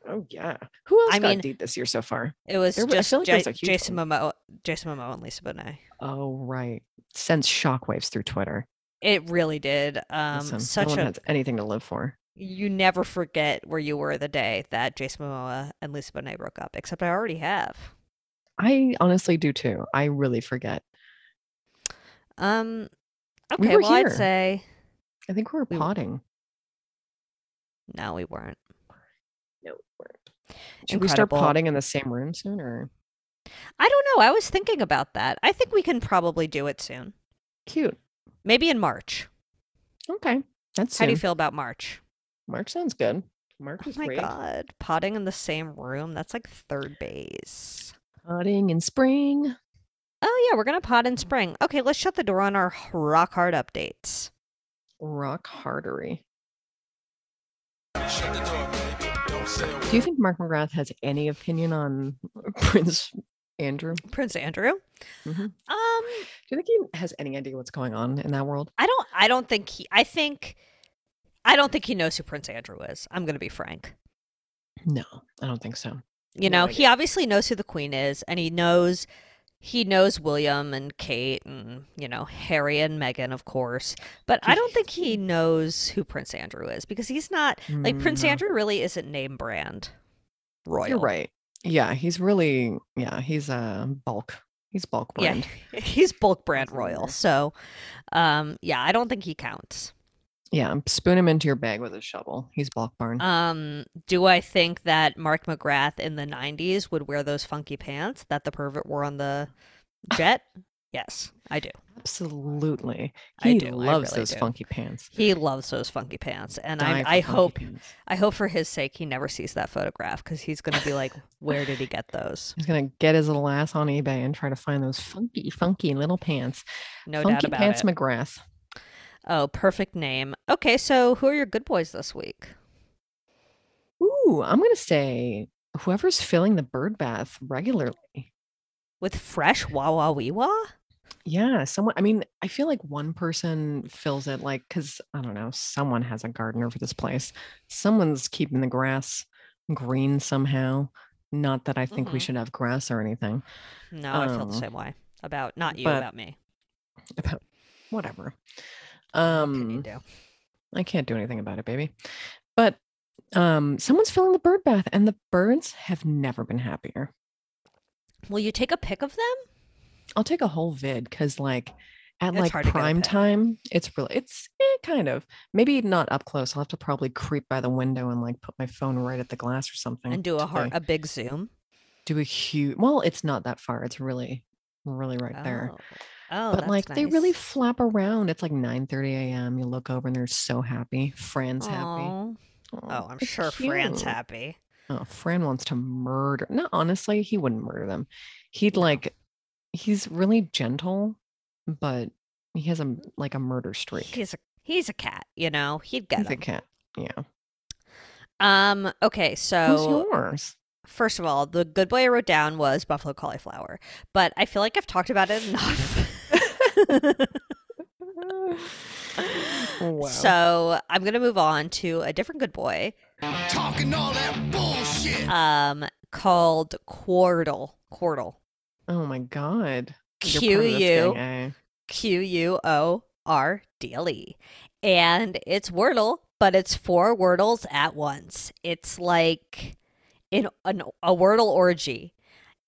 S2: Oh yeah. Who else
S3: I
S2: got
S3: mean-
S2: D this year so far?
S3: It was
S2: There wa- I
S3: just
S2: feel like there was
S3: Ja-
S2: a huge
S3: Jason Momoa, Jason Momoa, and Lisa Bonet.
S2: Oh right. Sends shockwaves through Twitter.
S3: It really did. Um,
S2: Listen, no
S3: such
S2: one
S3: a
S2: has anything to live for.
S3: you never forget where you were the day that Jason Momoa and Lisa Bonet broke up. Except I already have.
S2: I honestly do too. I really forget.
S3: Um,
S2: We
S3: okay.
S2: were
S3: well, I'd
S2: here.
S3: say
S2: I think we were
S3: We-
S2: potting.
S3: no, we weren't.
S2: No, we weren't. Should we start
S3: Incredible.
S2: potting in the same room soon or
S3: I don't know. I was thinking about that. I think we can probably do it soon.
S2: cute?
S3: Maybe in March.
S2: Okay. That's
S3: How do you
S2: soon.
S3: feel about March?
S2: March sounds good. March
S3: Oh
S2: is
S3: my
S2: great.
S3: god, potting in the same room. That's like third base.
S2: Potting in spring.
S3: Oh yeah, we're gonna pot in spring. Okay, let's shut the door on our h- rock hard updates.
S2: Rock hardery. Do you think Mark McGrath has any opinion on Prince Andrew?
S3: Prince Andrew.
S2: Mhm.
S3: Um,
S2: Do you think he has any idea what's going on in that world?
S3: I don't I don't think he I think I don't think he knows who Prince Andrew is. I'm going to be frank.
S2: No, I don't think so.
S3: You
S2: No
S3: know, he obviously knows who the queen is and he knows he knows William and Kate and, you know, Harry and Meghan of course, but I don't think he knows who Prince Andrew is because he's not like Prince
S2: No.
S3: Andrew really isn't name brand royal.
S2: You're right. Yeah, he's really yeah, he's a uh, bulk. He's bulk brand.
S3: Yeah. He's bulk brand
S2: Doesn't
S3: royal.
S2: matter.
S3: So, um yeah, I don't think he counts.
S2: Yeah, spoon him into your bag with a shovel. He's bulk barn.
S3: Um, do I think that Mark McGrath in the '90s would wear those funky pants that the pervert wore on the jet? yes, I do.
S2: Absolutely.
S3: I
S2: He
S3: do, I
S2: loves
S3: really
S2: those
S3: do.
S2: funky pants.
S3: He loves those funky pants, and
S2: Die
S3: I,
S2: for
S3: I
S2: funky
S3: hope,
S2: pants.
S3: I hope for his sake, he never sees that photograph because he's gonna be like, "Where did he get those?"
S2: He's gonna get his little ass on eBay and try to find those funky, funky little pants.
S3: No
S2: funky
S3: doubt about
S2: pants
S3: it.
S2: McGrath.
S3: oh, perfect name. Okay, so who are your good boys this week?
S2: Ooh, I'm gonna say whoever's filling the bird bath regularly.
S3: With fresh wah wah wee wah.
S2: Yeah, someone. I mean, I feel like one person fills it, like, because I don't know, someone has a gardener for this place. Someone's keeping the grass green somehow. Not that I think we
S3: Mhm.
S2: should have grass or anything.
S3: No, I feel the
S2: Um,
S3: same way about not you,
S2: but
S3: about me.
S2: About whatever.
S3: What can you
S2: Um,
S3: do?
S2: I can't do anything about it, baby. But um, someone's filling the bird bath, and the birds have never been happier.
S3: Will you take a pic of them?
S2: I'll take a whole vid because, like, at
S3: It's
S2: like
S3: hard to get a
S2: prime
S3: pet.
S2: time it's really it's eh, kind of maybe not up close i'll have to probably creep by the window and like put my phone right at the glass or something
S3: and do a
S2: to,
S3: heart,
S2: like,
S3: a big zoom.
S2: do a huge well it's not that far it's really really right there
S3: Oh, oh
S2: but
S3: that's
S2: like they really
S3: nice.
S2: flap around it's like 9 30 a.m you look over and they're so happy fran's happy
S3: Aw. Oh, I'm
S2: it's
S3: sure Fran's
S2: cute.
S3: happy.
S2: Oh, Fran wants to murder. No, honestly, he wouldn't murder them. He'd like, he's really gentle, but he has a like a murder streak.
S3: He's a he's a cat, you know. He'd get
S2: He's a
S3: him.
S2: cat. Yeah.
S3: Um. Okay.
S2: Who's
S3: So
S2: yours?
S3: first of all, the good boy I wrote down was buffalo cauliflower, but I feel like I've talked about it enough.
S2: Wow.
S3: So I'm gonna move on to a different good boy,
S4: Talking all that bullshit.
S3: um, called Quartle. Quartle.
S2: oh my god. You're
S3: Q
S2: part of this gang,
S3: U
S2: eh?
S3: Q U O R D L E. And it's Wordle, but it's four Wordles at once. It's like in an, a Wordle orgy.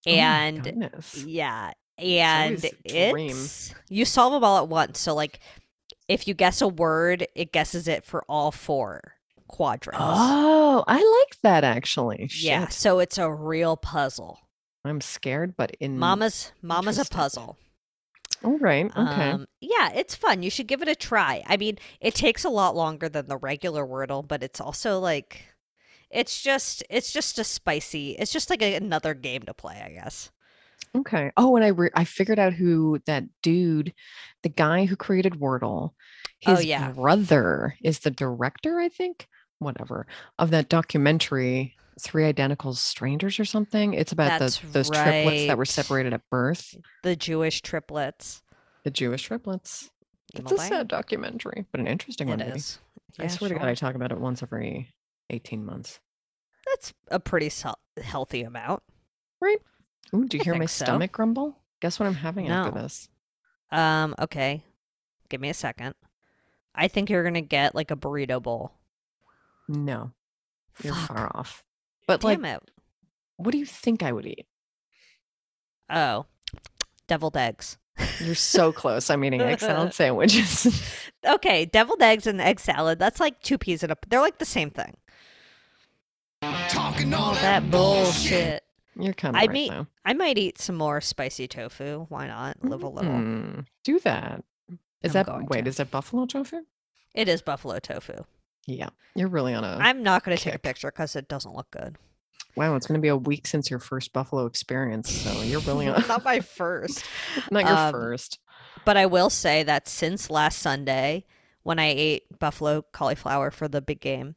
S2: Oh my
S3: And
S2: goodness.
S3: Yeah. And
S2: always a dream.
S3: it's you solve them all at once. So like if you guess a word, it guesses it for all four quadrants.
S2: oh, I like that actually.
S3: yeah.
S2: Shit.
S3: So it's a real puzzle.
S2: I'm scared, but in
S3: Mama's Mama's
S2: Hmm.
S3: a
S2: Interesting.
S3: puzzle.
S2: All right. Okay.
S3: Um yeah, it's fun. You should give it a try. I mean, it takes a lot longer than the regular Wordle, but it's also like it's just it's just a spicy it's just like a, another game to play, I guess.
S2: Okay. Oh, and I re- I figured out who that dude, the guy who created Wordle,
S3: Oh,
S2: his
S3: yeah.
S2: brother is the director, I think, whatever, of that documentary Three Identical Strangers or something. It's about
S3: That's
S2: the, those triplets that were
S3: right.
S2: separated at birth,
S3: The Jewish triplets.
S2: the Jewish triplets. It's a
S3: Emily?
S2: sad documentary, but an interesting one.
S3: It
S2: maybe.
S3: is.
S2: I
S3: Yeah,
S2: swear to
S3: sure.
S2: God, I talk about it once every 18 months.
S3: That's a pretty sel- healthy amount.
S2: Ooh, do you
S3: I
S2: hear my
S3: think so.
S2: stomach grumble? Guess what I'm having after
S3: No.
S2: this?
S3: Um, okay. Give me a second. I think you're gonna get like a burrito bowl.
S2: No, you're
S3: Fuck.
S2: far off. But like,
S3: Damn it.
S2: what do you think I would eat?
S3: Oh. Deviled eggs.
S2: You're so close. I'm eating egg salad sandwiches.
S3: Okay, deviled eggs and egg salad. That's like two peas in a they're like the same thing.
S4: Talking all
S3: All
S4: that,
S3: that
S4: bullshit.
S3: bullshit.
S2: You're kind of
S3: I
S2: right
S3: mean,
S2: though.
S3: I might eat some more spicy tofu. Why not? Live a little.
S2: Mm, do that. Is
S3: I'm going
S2: that wait?
S3: to.
S2: Is that buffalo tofu?
S3: It is buffalo tofu.
S2: Yeah, you're really on a
S3: I'm not gonna take a
S2: Oh, kick.
S3: picture because it doesn't look good.
S2: wow. It's going to be a week since your first buffalo experience, so you're really on
S3: not my first.
S2: not your
S3: um,
S2: first.
S3: But I will say that since last Sunday, when I ate buffalo cauliflower for the big game,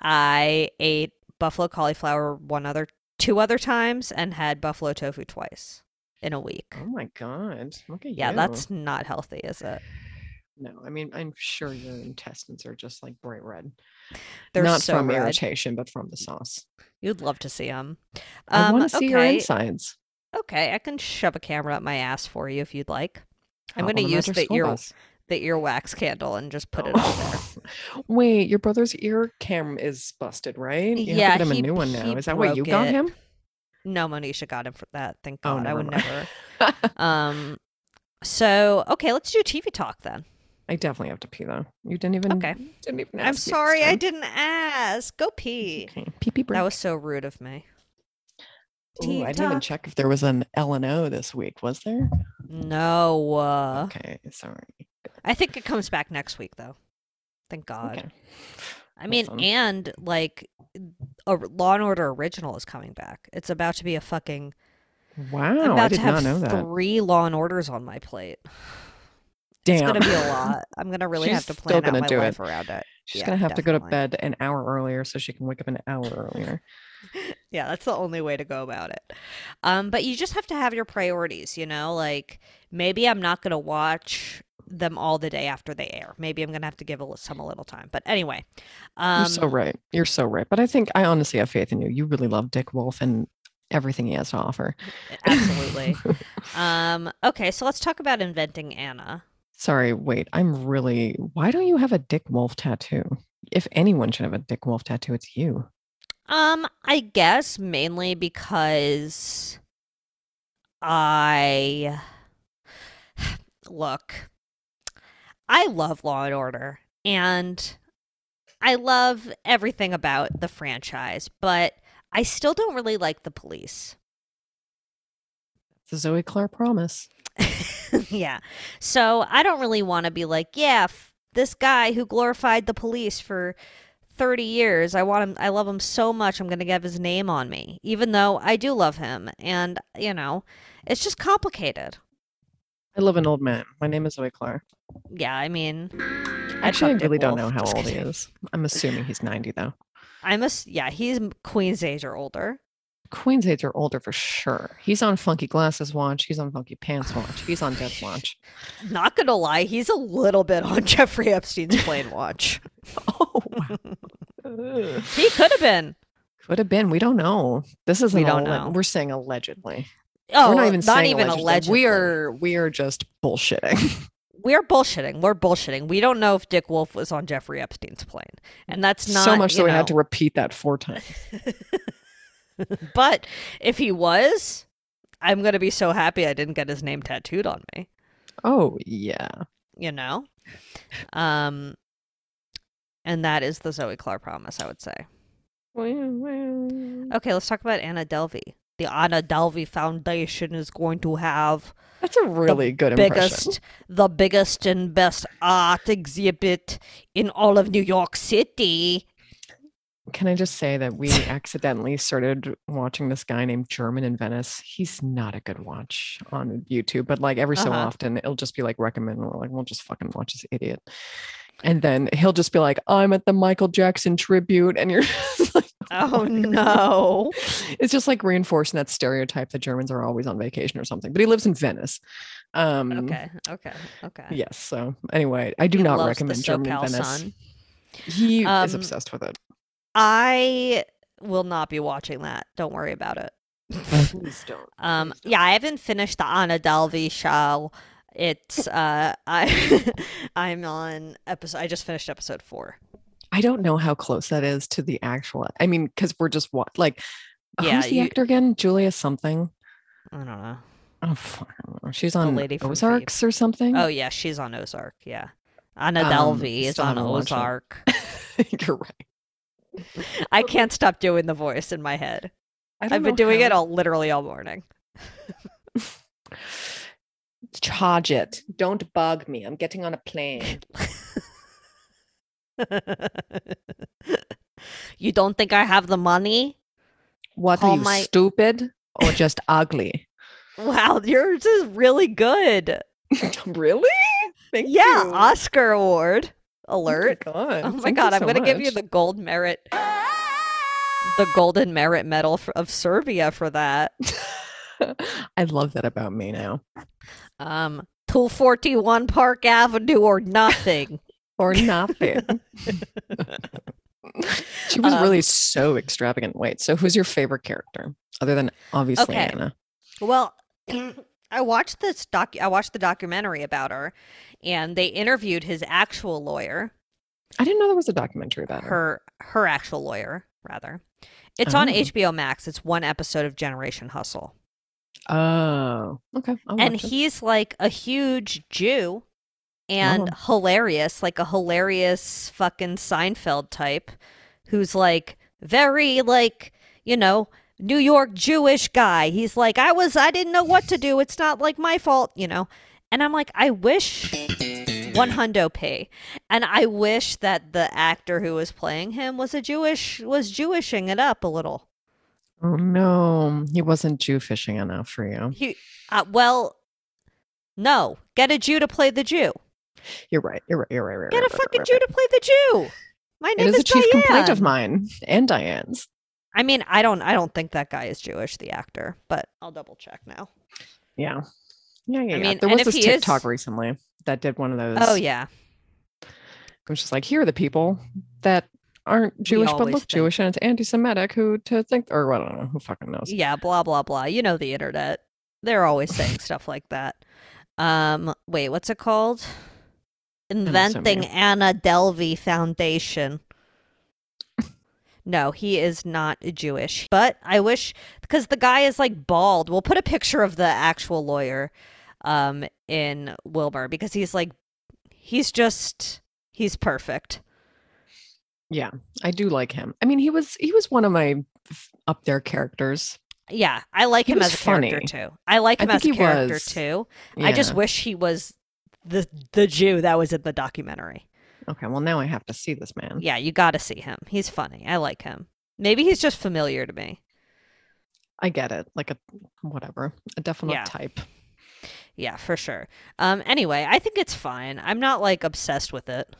S3: I ate buffalo cauliflower one other, two other times, and had buffalo tofu twice in a week.
S2: Oh my god! Look at
S3: yeah,
S2: you.
S3: that's not healthy, is it?
S2: no. I mean, I'm sure your intestines are just like bright red.
S3: They're
S2: not
S3: so
S2: from
S3: red.
S2: irritation, but from the sauce.
S3: You'd love to see them.
S2: I
S3: Um,
S2: want to see your
S3: okay,
S2: insides.
S3: okay, I can shove a camera up my ass for you if you'd like. I'm
S2: Uh,
S3: going to
S2: on a
S3: use
S2: magic
S3: the
S2: school
S3: ear
S2: bus. Oh.
S3: the earwax candle and just put it up there.
S2: Wait, your brother's ear cam is busted, right? You
S3: Yeah,
S2: have to get him
S3: he-
S2: a new one
S3: he
S2: now. Is that what you
S3: broke
S2: got
S3: it.
S2: him?
S3: No, Monisha got him for that. Thank
S2: Oh,
S3: God. I
S2: never
S3: would
S2: mind.
S3: never. Um, so okay, let's do TV talk then.
S2: I definitely have to pee though. You didn't even.
S3: Okay.
S2: Didn't even.
S3: I'm
S2: ask me this
S3: sorry I
S2: time.
S3: didn't ask. Go pee.
S2: Okay. Pee pee break.
S3: That was so rude of me.
S2: Ooh, I didn't even
S3: TikTok.
S2: check if there was an L and O this week. Was there?
S3: No, uh,
S2: okay. Sorry.
S3: I think it comes back next week though. Thank God.
S2: Okay.
S3: I mean,
S2: Awesome.
S3: and like, a Law and Order original is coming back. It's about to be a fucking. I'm
S2: Wow. I
S3: about
S2: did
S3: to
S2: not
S3: have
S2: know that.
S3: three Law and Orders on my plate.
S2: Damn.
S3: It's gonna be a lot. I'm gonna really have
S2: She's
S3: to
S2: still
S3: plan out
S2: gonna
S3: my
S2: do
S3: life
S2: it.
S3: around it.
S2: She's
S3: Yeah,
S2: gonna have to go to
S3: definitely.
S2: bed an hour earlier so she can wake up an hour earlier.
S3: Yeah, that's the only way to go about it. Um, but you just have to have your priorities, you know? Like maybe I'm not going to watch them all the day after they air. Maybe I'm going to have to give a, li- some a little time. But anyway, um,
S2: You're so right. You're so right. But I think I honestly have faith in you. You really love Dick Wolf and everything he has to offer.
S3: absolutely. um, okay, so let's talk about inventing Anna.
S2: Sorry, wait. I'm really. Why don't you have a Dick Wolf tattoo? If anyone should have a Dick Wolf tattoo, it's you.
S3: Um, I guess mainly because I look, I love Law and Order and I love everything about the franchise, but I still don't really like the police.
S2: The Zoe Clark promise.
S3: yeah. So I don't really want to be like, yeah, f- this guy who glorified the police for 30 years, I want him, I love him so much, I'm going to give his name on me, even though I do love him. And, you know, it's just complicated.
S2: I love an old man. My name is Zoe Clark.
S3: Yeah. I mean, I
S2: Actually, I
S3: fucked Dick
S2: really don't know
S3: Wolf.
S2: how
S3: Just
S2: old he
S3: kidding.
S2: is. I'm assuming he's 90, though.
S3: I must, yeah, he's m- Queen's age or older.
S2: Queen's age are older for sure. He's on Funky Glasses Watch. He's on Funky Pants Watch. He's on Death Watch.
S3: Not going to lie, he's a little bit on Jeffrey Epstein's plane watch.
S2: Oh, wow.
S3: he could have been.
S2: Could have been. We don't know. This is
S3: We
S2: an
S3: don't
S2: alle-
S3: know.
S2: We're saying allegedly.
S3: Oh,
S2: We're not even
S3: not
S2: saying
S3: even
S2: allegedly.
S3: allegedly.
S2: We are we are just bullshitting.
S3: we're bullshitting. We're bullshitting. We don't know if Dick Wolf was on Jeffrey Epstein's plane, and that's not
S2: so much
S3: you
S2: that we
S3: know,
S2: had to repeat that four times.
S3: But if he was, I'm gonna be so happy I didn't get his name tattooed on me.
S2: Oh yeah.
S3: You know, um, and that is the Zoe Clark promise. I would say. Okay, let's talk about Anna Delvey. The Anna Delvey Foundation is going to have
S2: That's a really good
S3: biggest,
S2: impression.
S3: the biggest and best art exhibit in all of New York City.
S2: Can I just say that we accidentally started watching this guy named German in Venice? He's not a good watch on YouTube, but like every so
S3: Uh-huh.
S2: often it'll just be like recommend and we're like, we'll just fucking watch this idiot. And then he'll just be like, I'm at the Michael Jackson tribute. And you're just like,
S3: Oh
S2: my God.
S3: no.
S2: it's just like reinforcing that stereotype that Germans are always on vacation or something. But he lives in Venice. Um,
S3: Okay, okay, okay.
S2: Yes. So anyway, I do
S3: He
S2: not
S3: loves the
S2: recommend German in
S3: SoCal
S2: Venice.
S3: sun.
S2: He is
S3: Um,
S2: obsessed with it.
S3: I will not be watching that. Don't worry about it.
S2: Please don't.
S3: Um, yeah, I haven't finished the Anna Delvey show. It's uh, I I'm on episode. I just finished episode four.
S2: I don't know how close that is to the actual. I mean, because we're just wa- like,
S3: Yeah,
S2: who's the
S3: you-
S2: actor again? Julia something.
S3: I don't know.
S2: Oh, fuck, I don't know. she's on
S3: lady from Veep.
S2: Ozarks or something.
S3: Oh yeah, she's on Ozark. Yeah, Anna
S2: Um,
S3: Delvey is
S2: still
S3: on
S2: haven't watched it.
S3: Ozark.
S2: you're right.
S3: I can't stop doing the voice in my head.
S2: I
S3: I've been doing it all literally all morning.
S2: Charge it. Don't bug me. I'm getting on a plane.
S3: you don't think I have the money?
S2: What
S3: Call
S2: are you
S3: my-
S2: stupid or just ugly?
S3: Wow, yours is really good.
S2: really? Thank
S3: yeah,
S2: you.
S3: Oscar Award
S2: Oh my
S3: alert.
S2: God.
S3: Oh my
S2: Thank you
S3: god, I'm
S2: so
S3: going to give you
S2: much.
S3: the gold merit the golden merit medal for, of Serbia for that.
S2: I love that about me now.
S3: Um 241 Park Avenue or nothing.
S2: Or nothing. she was really
S3: Um,
S2: so extravagant. Wait, so who's your favorite character other than obviously
S3: Okay.
S2: Anna?
S3: Well, I watched this doc. I watched the documentary about her, and they interviewed his actual lawyer,
S2: I didn't know there was a documentary about her.
S3: her her actual lawyer rather. It's on
S2: Oh.
S3: HBO Max. It's one episode of Generation Hustle,
S2: Oh, okay. I'll
S3: and
S2: watch it.
S3: he's like a huge Jew, and
S2: Oh.
S3: hilarious, like a hilarious fucking Seinfeld type, who's like very like you know. New York Jewish guy. He's like, I was, I didn't know what to do. It's not like my fault, you know. And I'm like, I wish one hundo p, and I wish that the actor who was playing him was a Jewish, was Jewishing it up a little.
S2: oh no, he wasn't Jew fishing enough for you.
S3: He, uh, well, no, get a Jew to play the Jew.
S2: You're right. You're right. You're right. You're right
S3: Get a
S2: right, right,
S3: fucking
S2: right,
S3: Jew
S2: right.
S3: to play the Jew. My
S2: It
S3: name
S2: is
S3: is,
S2: a chief complaint of
S3: Diane.
S2: mine and Diane's.
S3: I mean, I don't, I don't think that guy is Jewish, the actor, but I'll double check now.
S2: Yeah. Yeah, yeah, yeah.
S3: I mean,
S2: there
S3: and
S2: was
S3: if
S2: this
S3: he is-
S2: TikTok recently that did one of those.
S3: Oh yeah,
S2: It was just like, here are the people that aren't Jewish but
S3: always
S2: look
S3: think-
S2: Jewish, and it's anti-Semitic who to think, or I don't know, who fucking knows.
S3: yeah, blah blah blah. You know the internet; they're always saying stuff like that. Um, wait, what's it called? Inventing
S2: you.
S3: Anna Delvey Foundation. No, he is not Jewish. But I wish because the guy is like bald. We'll put a picture of the actual lawyer. um, in Wilbur because he's like, he's just, he's perfect.
S2: Yeah, I do like him. I mean, he was he was one of my f- up there characters.
S3: Yeah, I like
S2: He
S3: him
S2: was
S3: as a
S2: funny.
S3: character too. I like
S2: I
S3: him as a
S2: think he
S3: character
S2: was.
S3: too. I just
S2: Yeah.
S3: wish he was the the Jew that was in the documentary.
S2: okay. Well, now I have to see this man.
S3: Yeah, you got to see him. He's funny. I like him. Maybe he's just familiar to me.
S2: I get it. Like a whatever, a definite
S3: Yeah.
S2: type.
S3: Yeah, for sure. Um anyway, I think it's fine. I'm not like obsessed with it.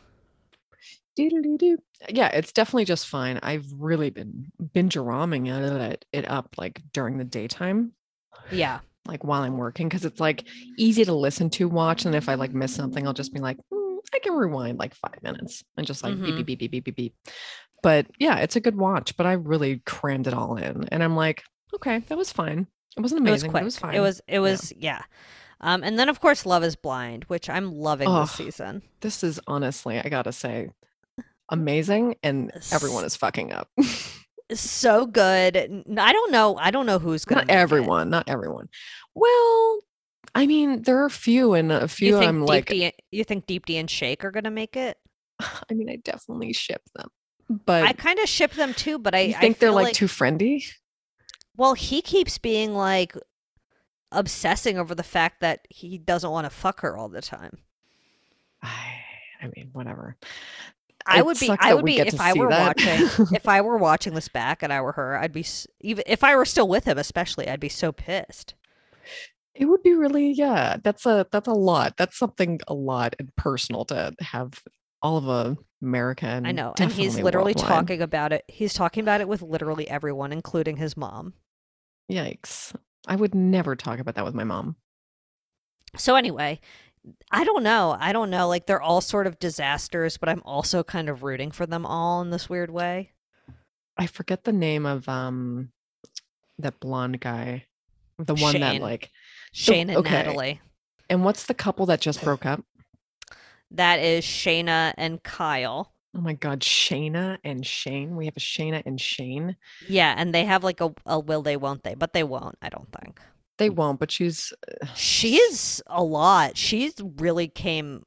S2: Doo-doo-doo-doo. Yeah, it's definitely just fine. I've really been binge-ramming it, it up like during the daytime,
S3: Yeah.
S2: like while I'm working, because it's like easy to listen to, watch, and if I like miss something, I'll just be like, "Hmm, I can rewind like five minutes and just like
S3: Mhm.
S2: beep beep beep beep beep beep beep. But yeah, it's a good watch. But I really crammed it all in, and I'm like, okay, that was fine. It wasn't
S3: It was
S2: amazing,
S3: quick.
S2: but it was fine.
S3: It was it was yeah. Um and then of course Love is Blind, which I'm loving
S2: Ugh.
S3: this season.
S2: This is honestly, I gotta say, amazing, and everyone is fucking up.
S3: So good. N- I don't know. I don't know who's going
S2: not everyone not everyone well i mean there are a few and a few
S3: You think
S2: i'm
S3: Deep
S2: um, like
S3: D, you think Deep D and Shake are going to make it?
S2: i mean i definitely ship them but
S3: I kind of ship them too, but I
S2: you
S3: I
S2: think they're
S3: feel
S2: like, too friendly
S3: Well, he keeps being like obsessing over the fact that he doesn't want to fuck her all the time.
S2: i I mean whatever
S3: I
S2: It
S3: would be
S2: sucks
S3: I
S2: that
S3: would
S2: we
S3: be
S2: get to
S3: if I
S2: see
S3: were
S2: that.
S3: watching if I were watching this back and I were her, I'd be s- even if I were still with him especially, I'd be so pissed.
S2: it would be really yeah that's a that's a lot that's something a lot and personal to have all of a america and
S3: I know. And
S2: Mm,
S3: he's
S2: definitely
S3: literally
S2: worldwide.
S3: talking about it. He's talking about it with literally everyone including his mom.
S2: yikes i would never talk about that with my mom
S3: So anyway, I don't know. I don't know. Like they're all sort of disasters, but I'm also kind of rooting for them all in this weird way.
S2: I forget the name of um that blonde guy, the one that
S3: Shane.
S2: like,
S3: Shane and
S2: okay.
S3: Natalie.
S2: and what's the couple that just broke up?
S3: That is Shayna and Kyle.
S2: Oh my God, Shayna and Shane. We have a Shayna and Shane.
S3: Yeah, and they have like a, a will they won't they, but they won't, I don't think.
S2: They
S3: Mm.
S2: won't, but she's
S3: She's a lot. She's really came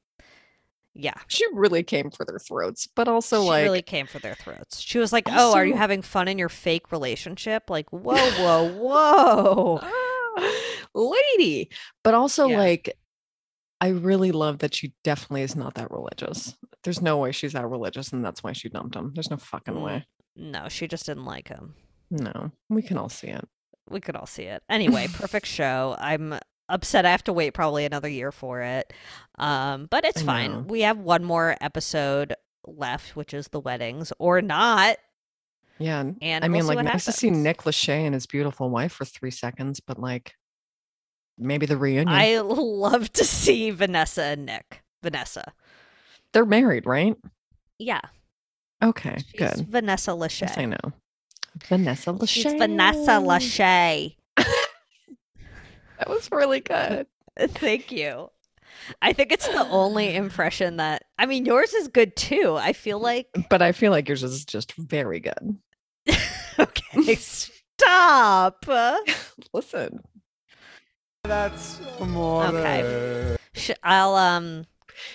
S3: yeah.
S2: she really came for their throats, but also
S3: she
S2: like
S3: really came for their throats. She was like, Oh, are you
S2: Also-
S3: having fun in your fake relationship? Like, whoa, whoa, whoa.
S2: "Ah, lady, but also
S3: Yeah.
S2: like I really love that she definitely is not that religious. There's no way she's that religious, and that's why she dumped him. There's no fucking
S3: Mm.
S2: way.
S3: No, she just didn't like him.
S2: No, we can all see it.
S3: we could all see it. Anyway, perfect show. I'm upset I have to wait probably another year for it. Um, but it's
S2: I
S3: fine.
S2: know.
S3: We have one more episode left, which is the weddings or not.
S2: Yeah,
S3: And
S2: I
S3: we'll
S2: mean,
S3: see
S2: like,
S3: what
S2: nice to see
S3: happens.
S2: Nick Lachey and his beautiful wife for three seconds, but like, maybe the reunion.
S3: I love to see Vanessa and Nick. Vanessa.
S2: They're married, right?
S3: Yeah.
S2: Okay,
S3: She's
S2: good.
S3: Vanessa
S2: Yes, I
S3: Lachey.
S2: know. Vanessa Lachey.
S3: She's Vanessa Lachey.
S2: That was really good.
S3: Thank you. I think it's the only impression that I mean yours is good too. I feel like
S2: But I feel like yours is just very good.
S3: okay, stop.
S2: Listen,
S4: That's more.
S3: Okay. Sh- I'll um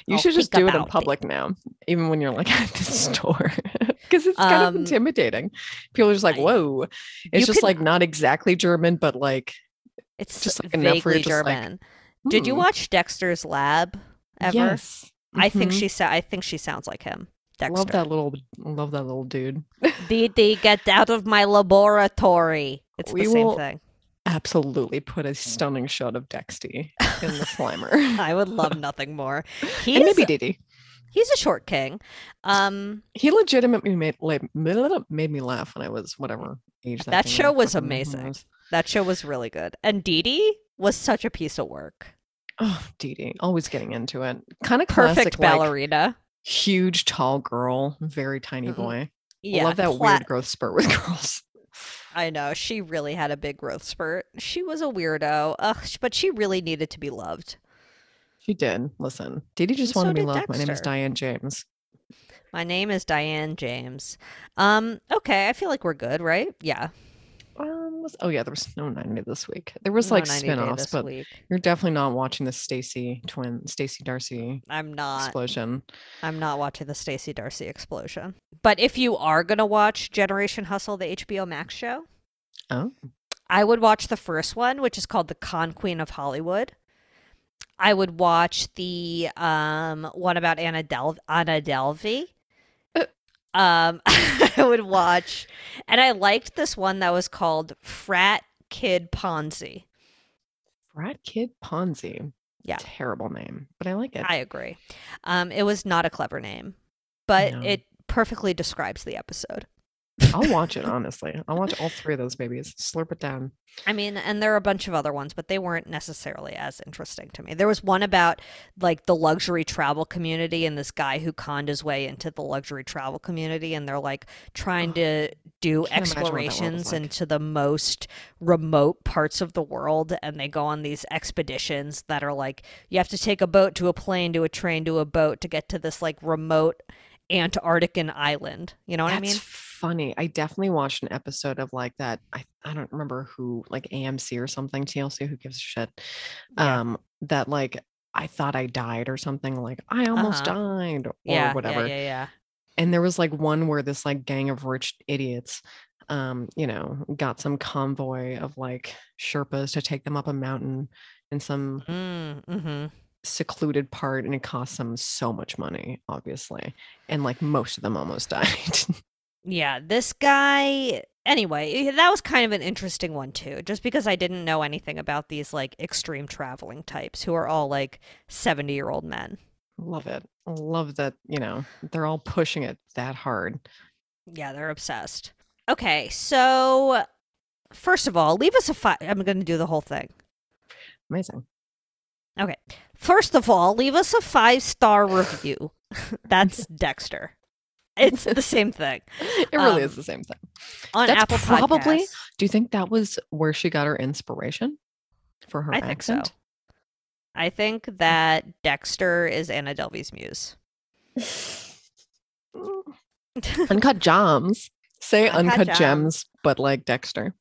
S2: you
S3: I'll
S2: should just
S3: think
S2: do it in
S3: about it.
S2: public now, even when you're like at the store, because it's kind of
S3: Um,
S2: intimidating. People are just like,
S3: I-
S2: "Whoa!" It's
S3: you
S2: just
S3: can-
S2: like not exactly German, but like,
S3: it's
S2: Just,
S3: just
S2: like, enough where
S3: vaguely
S2: you're just, like,
S3: German. Did you
S2: "Hmm,
S3: watch Dexter's Lab ever?
S2: Yes,
S3: I think
S2: Mhm.
S3: she sa- I think she sounds like him. Dexter.
S2: Love that little, love that little dude.
S3: Dee Dee, get out of my laboratory. It's
S2: We
S3: the same
S2: will-
S3: thing.
S2: Absolutely, put a stunning shot of Dexty in the Slimer,
S3: I would love nothing more. He's
S2: and maybe Diddy.
S3: he's a short king. Um
S2: He legitimately made like made me laugh when I was whatever age.
S3: That
S2: thing
S3: show was
S2: fucking thing
S3: amazing.
S2: was.
S3: that show was really good. And Dee Dee was such a piece of work.
S2: Oh, Dee Dee, always getting into it. Kind of classic,
S3: Perfect
S2: Like,
S3: ballerina.
S2: huge, tall girl, very tiny
S3: Mhm.
S2: boy.
S3: Yeah.
S2: Love that
S3: pla-
S2: weird growth spurt with girls.
S3: I know. She really had a big growth spurt. She was a weirdo. Ugh, sh- but she really needed to be loved.
S2: She did. Listen, Dee Dee just
S3: And so
S2: wanted to be
S3: did
S2: loved. My name is
S3: Dexter.
S2: Diane James.
S3: My name is Diane James. Um, okay, I feel like we're good, right? Yeah.
S2: Um, one was? Oh yeah, there was no 90 this week. There was like
S3: No 90 Day
S2: spin-offs,
S3: this
S2: but
S3: week.
S2: you're definitely not watching the Stacy twin Stacy Darcy
S3: I'm not.
S2: explosion.
S3: I'm not watching the Stacey Darcy explosion. But if you are gonna watch Generation Hustle, the HBO Max show,
S2: Oh.
S3: I would watch the first one, which is called The Con Queen of Hollywood. I would watch the um, one about Anna Del Anna Delvey.
S2: Uh.
S3: Um, I would watch, and I liked this one that was called Frat Kid Ponzi.
S2: Rat Kid Ponzi.
S3: Yeah.
S2: Terrible name, but I like it.
S3: I agree. Um, it was not a clever name, but
S2: No.
S3: it perfectly describes the episode.
S2: I'll watch it, honestly. I'll watch all three of those babies. Slurp it down.
S3: I mean, and there are a bunch of other ones, but they weren't necessarily as interesting to me. There was one about like the luxury travel community and this guy who conned his way into the luxury travel community, and they're like trying
S2: Ugh.
S3: to do
S2: Can't imagine what that world is
S3: explorations
S2: like.
S3: into the most remote parts of the world, and they go on these expeditions that are like you have to take a boat to a plane to a train to a boat to get to this like remote Antarctican island. You know what
S2: That's
S3: I mean?
S2: funny. I definitely watched an episode of like that. I, I don't remember who, like AMC or something, TLC, who gives a shit.
S3: Yeah.
S2: Um, that like I thought I died or something, like I almost
S3: Uh-huh.
S2: died or
S3: yeah, yeah,
S2: whatever.
S3: Yeah, yeah,
S2: and there was like one where this like gang of rich idiots um you know got some convoy of like sherpas to take them up a mountain in some
S3: Mm, mm-hmm.
S2: secluded part and it cost them so much money obviously and like most of them almost died
S3: Yeah, this guy. Anyway, eh, that was kind of an interesting one too, just because I didn't know anything about these like extreme traveling types who are all like 70 year old men.
S2: love it love that you know they're all pushing it that hard
S3: Yeah, they're obsessed. Okay, so first of all, leave us a five. I'm going to do the whole thing.
S2: amazing
S3: First of all, leave us a five star review. That's Dexter. It's the same thing
S2: it really is
S3: Um,
S2: the same thing
S3: on
S2: That's
S3: Apple
S2: probably
S3: Podcasts.
S2: do you think that was where she got her inspiration for her
S3: I think so.
S2: accent
S3: I think that Dexter is Anna Delvey's muse.
S2: uncut gems say
S3: Uncut
S2: uncut,
S3: Gems.
S2: gems. but like dexter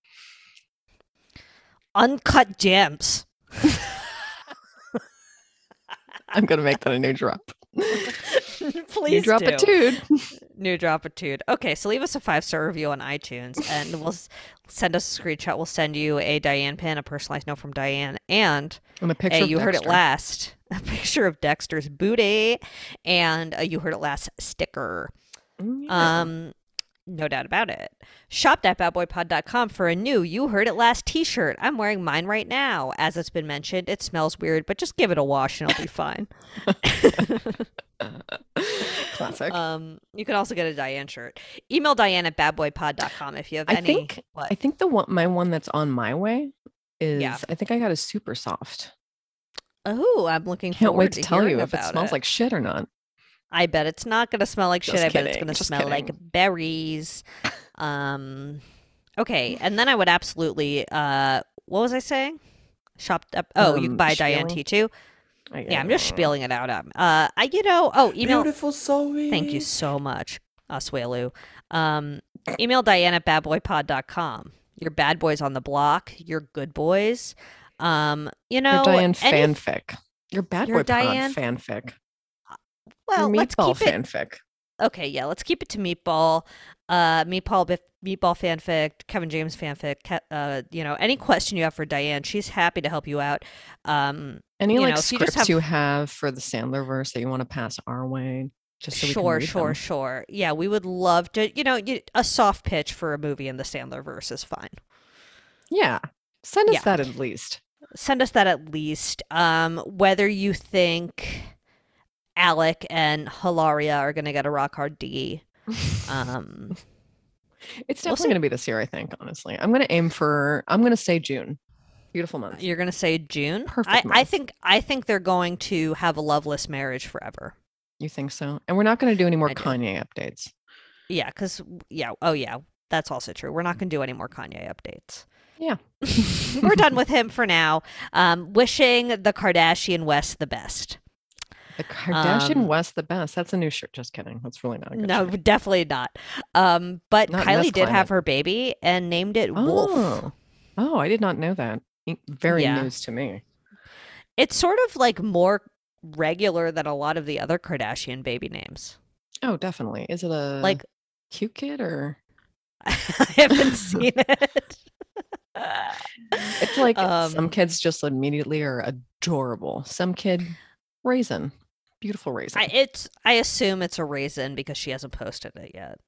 S3: Uncut gems.
S2: i'm gonna make that a new drop
S3: Please
S2: you drop
S3: do.
S2: a dude
S3: New drop a dude. Okay, so leave us a five star review on iTunes, and we'll s- send us a screenshot. We'll send you a Diane pin, a personalized note from Diane, and
S2: i'm a picture
S3: a
S2: of
S3: you heard it
S2: Dexter.
S3: last a picture of Dexter's booty, and a you heard it last sticker.
S2: Mm, yeah.
S3: Um, no doubt about it. Shop at badboypod.com for a new You Heard It Last t shirt. I'm wearing mine right now. As it's been mentioned, it smells weird, but just give it a wash and it'll be fine.
S2: classic
S3: Um, you can also get a Diane shirt. Email Diane at badboypod.com if you have
S2: I
S3: any.
S2: think-
S3: what?
S2: i think the one my one that's on my way is
S3: Yeah.
S2: i think i got a super soft
S3: oh, I'm looking
S2: can't
S3: forward
S2: wait to tell
S3: hearing
S2: you if it
S3: about
S2: smells like shit or not
S3: I bet it's not gonna smell like shit.
S2: Just
S3: I bet it's
S2: kidding,
S3: gonna
S2: just
S3: smell like
S2: kidding.
S3: berries. Um, okay, and then I would absolutely. Uh, what was I saying? Shop. Up, oh, you can
S2: Um,
S3: buy a Diane
S2: spieling?
S3: T too.
S2: I-
S3: Yeah, I'm just
S2: uh,
S3: spieling it out. Um, uh, I you know. Oh, email.
S4: Beautiful Zoe.
S3: Thank
S2: Mm-hmm.
S3: you so much, Oswelu. Um, email Diane at badboypod.com. Your bad boys on the block, your good boys. Um, you know,
S2: your diane
S3: any-
S2: fanfic your bad boy
S3: Your Diane-
S2: pod fanfic
S3: well,
S2: your
S3: let's
S2: meatball
S3: keep it.
S2: fanfic
S3: Okay, yeah, let's keep it to meatball, uh, meatball, bif- meatball fanfic, Kevin James fanfic. Ke- Uh, you know, any question you have for Diane, she's happy to help you out. Um,
S2: Any
S3: you
S2: like
S3: know, if you just
S2: scripts
S3: have-
S2: you have for the Sandler verse that you want to pass our way? Just so we can
S3: sure,
S2: read
S3: sure,
S2: them?
S3: sure. Yeah, we would love to. You know, you, a soft pitch for a movie in the Sandler verse is fine.
S2: Yeah, send us
S3: Yeah.
S2: that at least.
S3: send us that at least. Um, whether you think Alec and Hilaria are going to get a rock hard D. Um,
S2: It's
S3: we'll
S2: definitely going to be this year, I think. Honestly, I'm going to aim for. I'm going to say June. Beautiful month.
S3: you're going to say June. I,
S2: Perfect
S3: I
S2: month.
S3: think I think they're going to have a loveless marriage forever.
S2: You think so? And we're not going to do any more
S3: I do.
S2: Kanye updates.
S3: Yeah, because yeah, oh yeah, that's also true. We're not going to do any more Kanye updates.
S2: Yeah.
S3: we're done with him for now. Um, wishing the Kardashian West the best.
S2: The Kardashian
S3: Um,
S2: West, the best. That's a new shirt. Just kidding. That's really not a good.
S3: No,
S2: shirt.
S3: definitely not. Um, but
S2: Not in this
S3: Kylie did have
S2: climate.
S3: her baby and named it Wolf.
S2: Oh, Oh, I did not know that. Very
S3: Yeah.
S2: news to me.
S3: It's sort of like more regular than a lot of the other Kardashian baby names.
S2: Oh, definitely. Is it a
S3: Like
S2: cute kid or
S3: I haven't seen it.
S2: it's like some
S3: Um,
S2: kids just immediately are adorable. Some kid raisin, beautiful raisin.
S3: I, it's I assume it's a raisin because she hasn't posted it yet.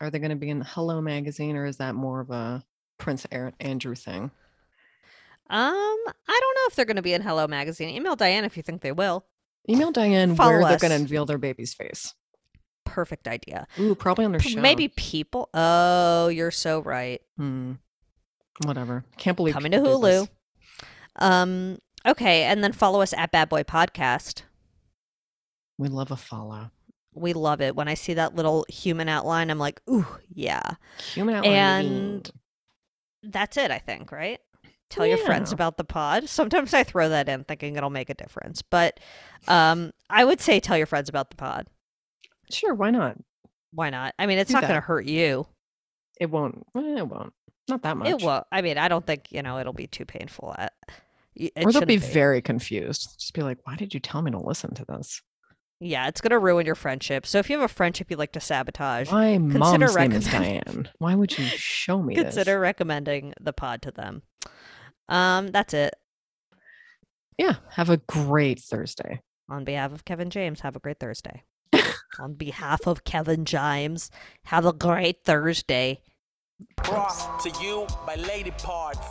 S2: are they going to be in Hello magazine or is that more of a Prince Aaron- Andrew thing?
S3: Um, I don't know if they're going to be in Hello Magazine. Email Diane if you think they will.
S2: Email Diane where
S3: Follow
S2: they're going
S3: us.
S2: to unveil their baby's face.
S3: Perfect idea.
S2: Ooh, probably on their
S3: P-
S2: show.
S3: Maybe people. Oh, you're so right.
S2: Hmm. Whatever. Can't believe
S3: Coming to
S2: people do this.
S3: Hulu. Um. Okay, and then follow us at Bad Boy Podcast.
S2: We love a follow.
S3: We love it. When I see that little human outline, I'm like, ooh, yeah.
S2: Human outline.
S3: And- That's it, I think, right? Tell your friends
S2: Yeah.
S3: about the pod. Sometimes I throw that in thinking it'll make a difference, but um, I would say tell your friends about the pod.
S2: Sure, why not?
S3: Why not? I mean, it's
S2: Do
S3: not going to
S2: that.
S3: hurt you.
S2: It won't. eh, It won't. Not that much.
S3: It will. I mean, I don't think you know it'll be too painful. I- y- It
S2: or they'll
S3: shouldn't
S2: be, very confused. Just be like, why did you tell me to listen to this?
S3: Yeah, it's going to ruin your friendship. So if you have a friendship you like to sabotage,
S2: My mom's name is
S3: recommend-
S2: Diane. Why would you show me
S3: consider
S2: this?
S3: recommending the pod to them. Um, that's it.
S2: Yeah. Have a great Thursday.
S3: On behalf of Kevin James, have a great Thursday. On behalf of Kevin James, have a great Thursday.
S2: Gross.
S1: Brought to you by Lady Parts.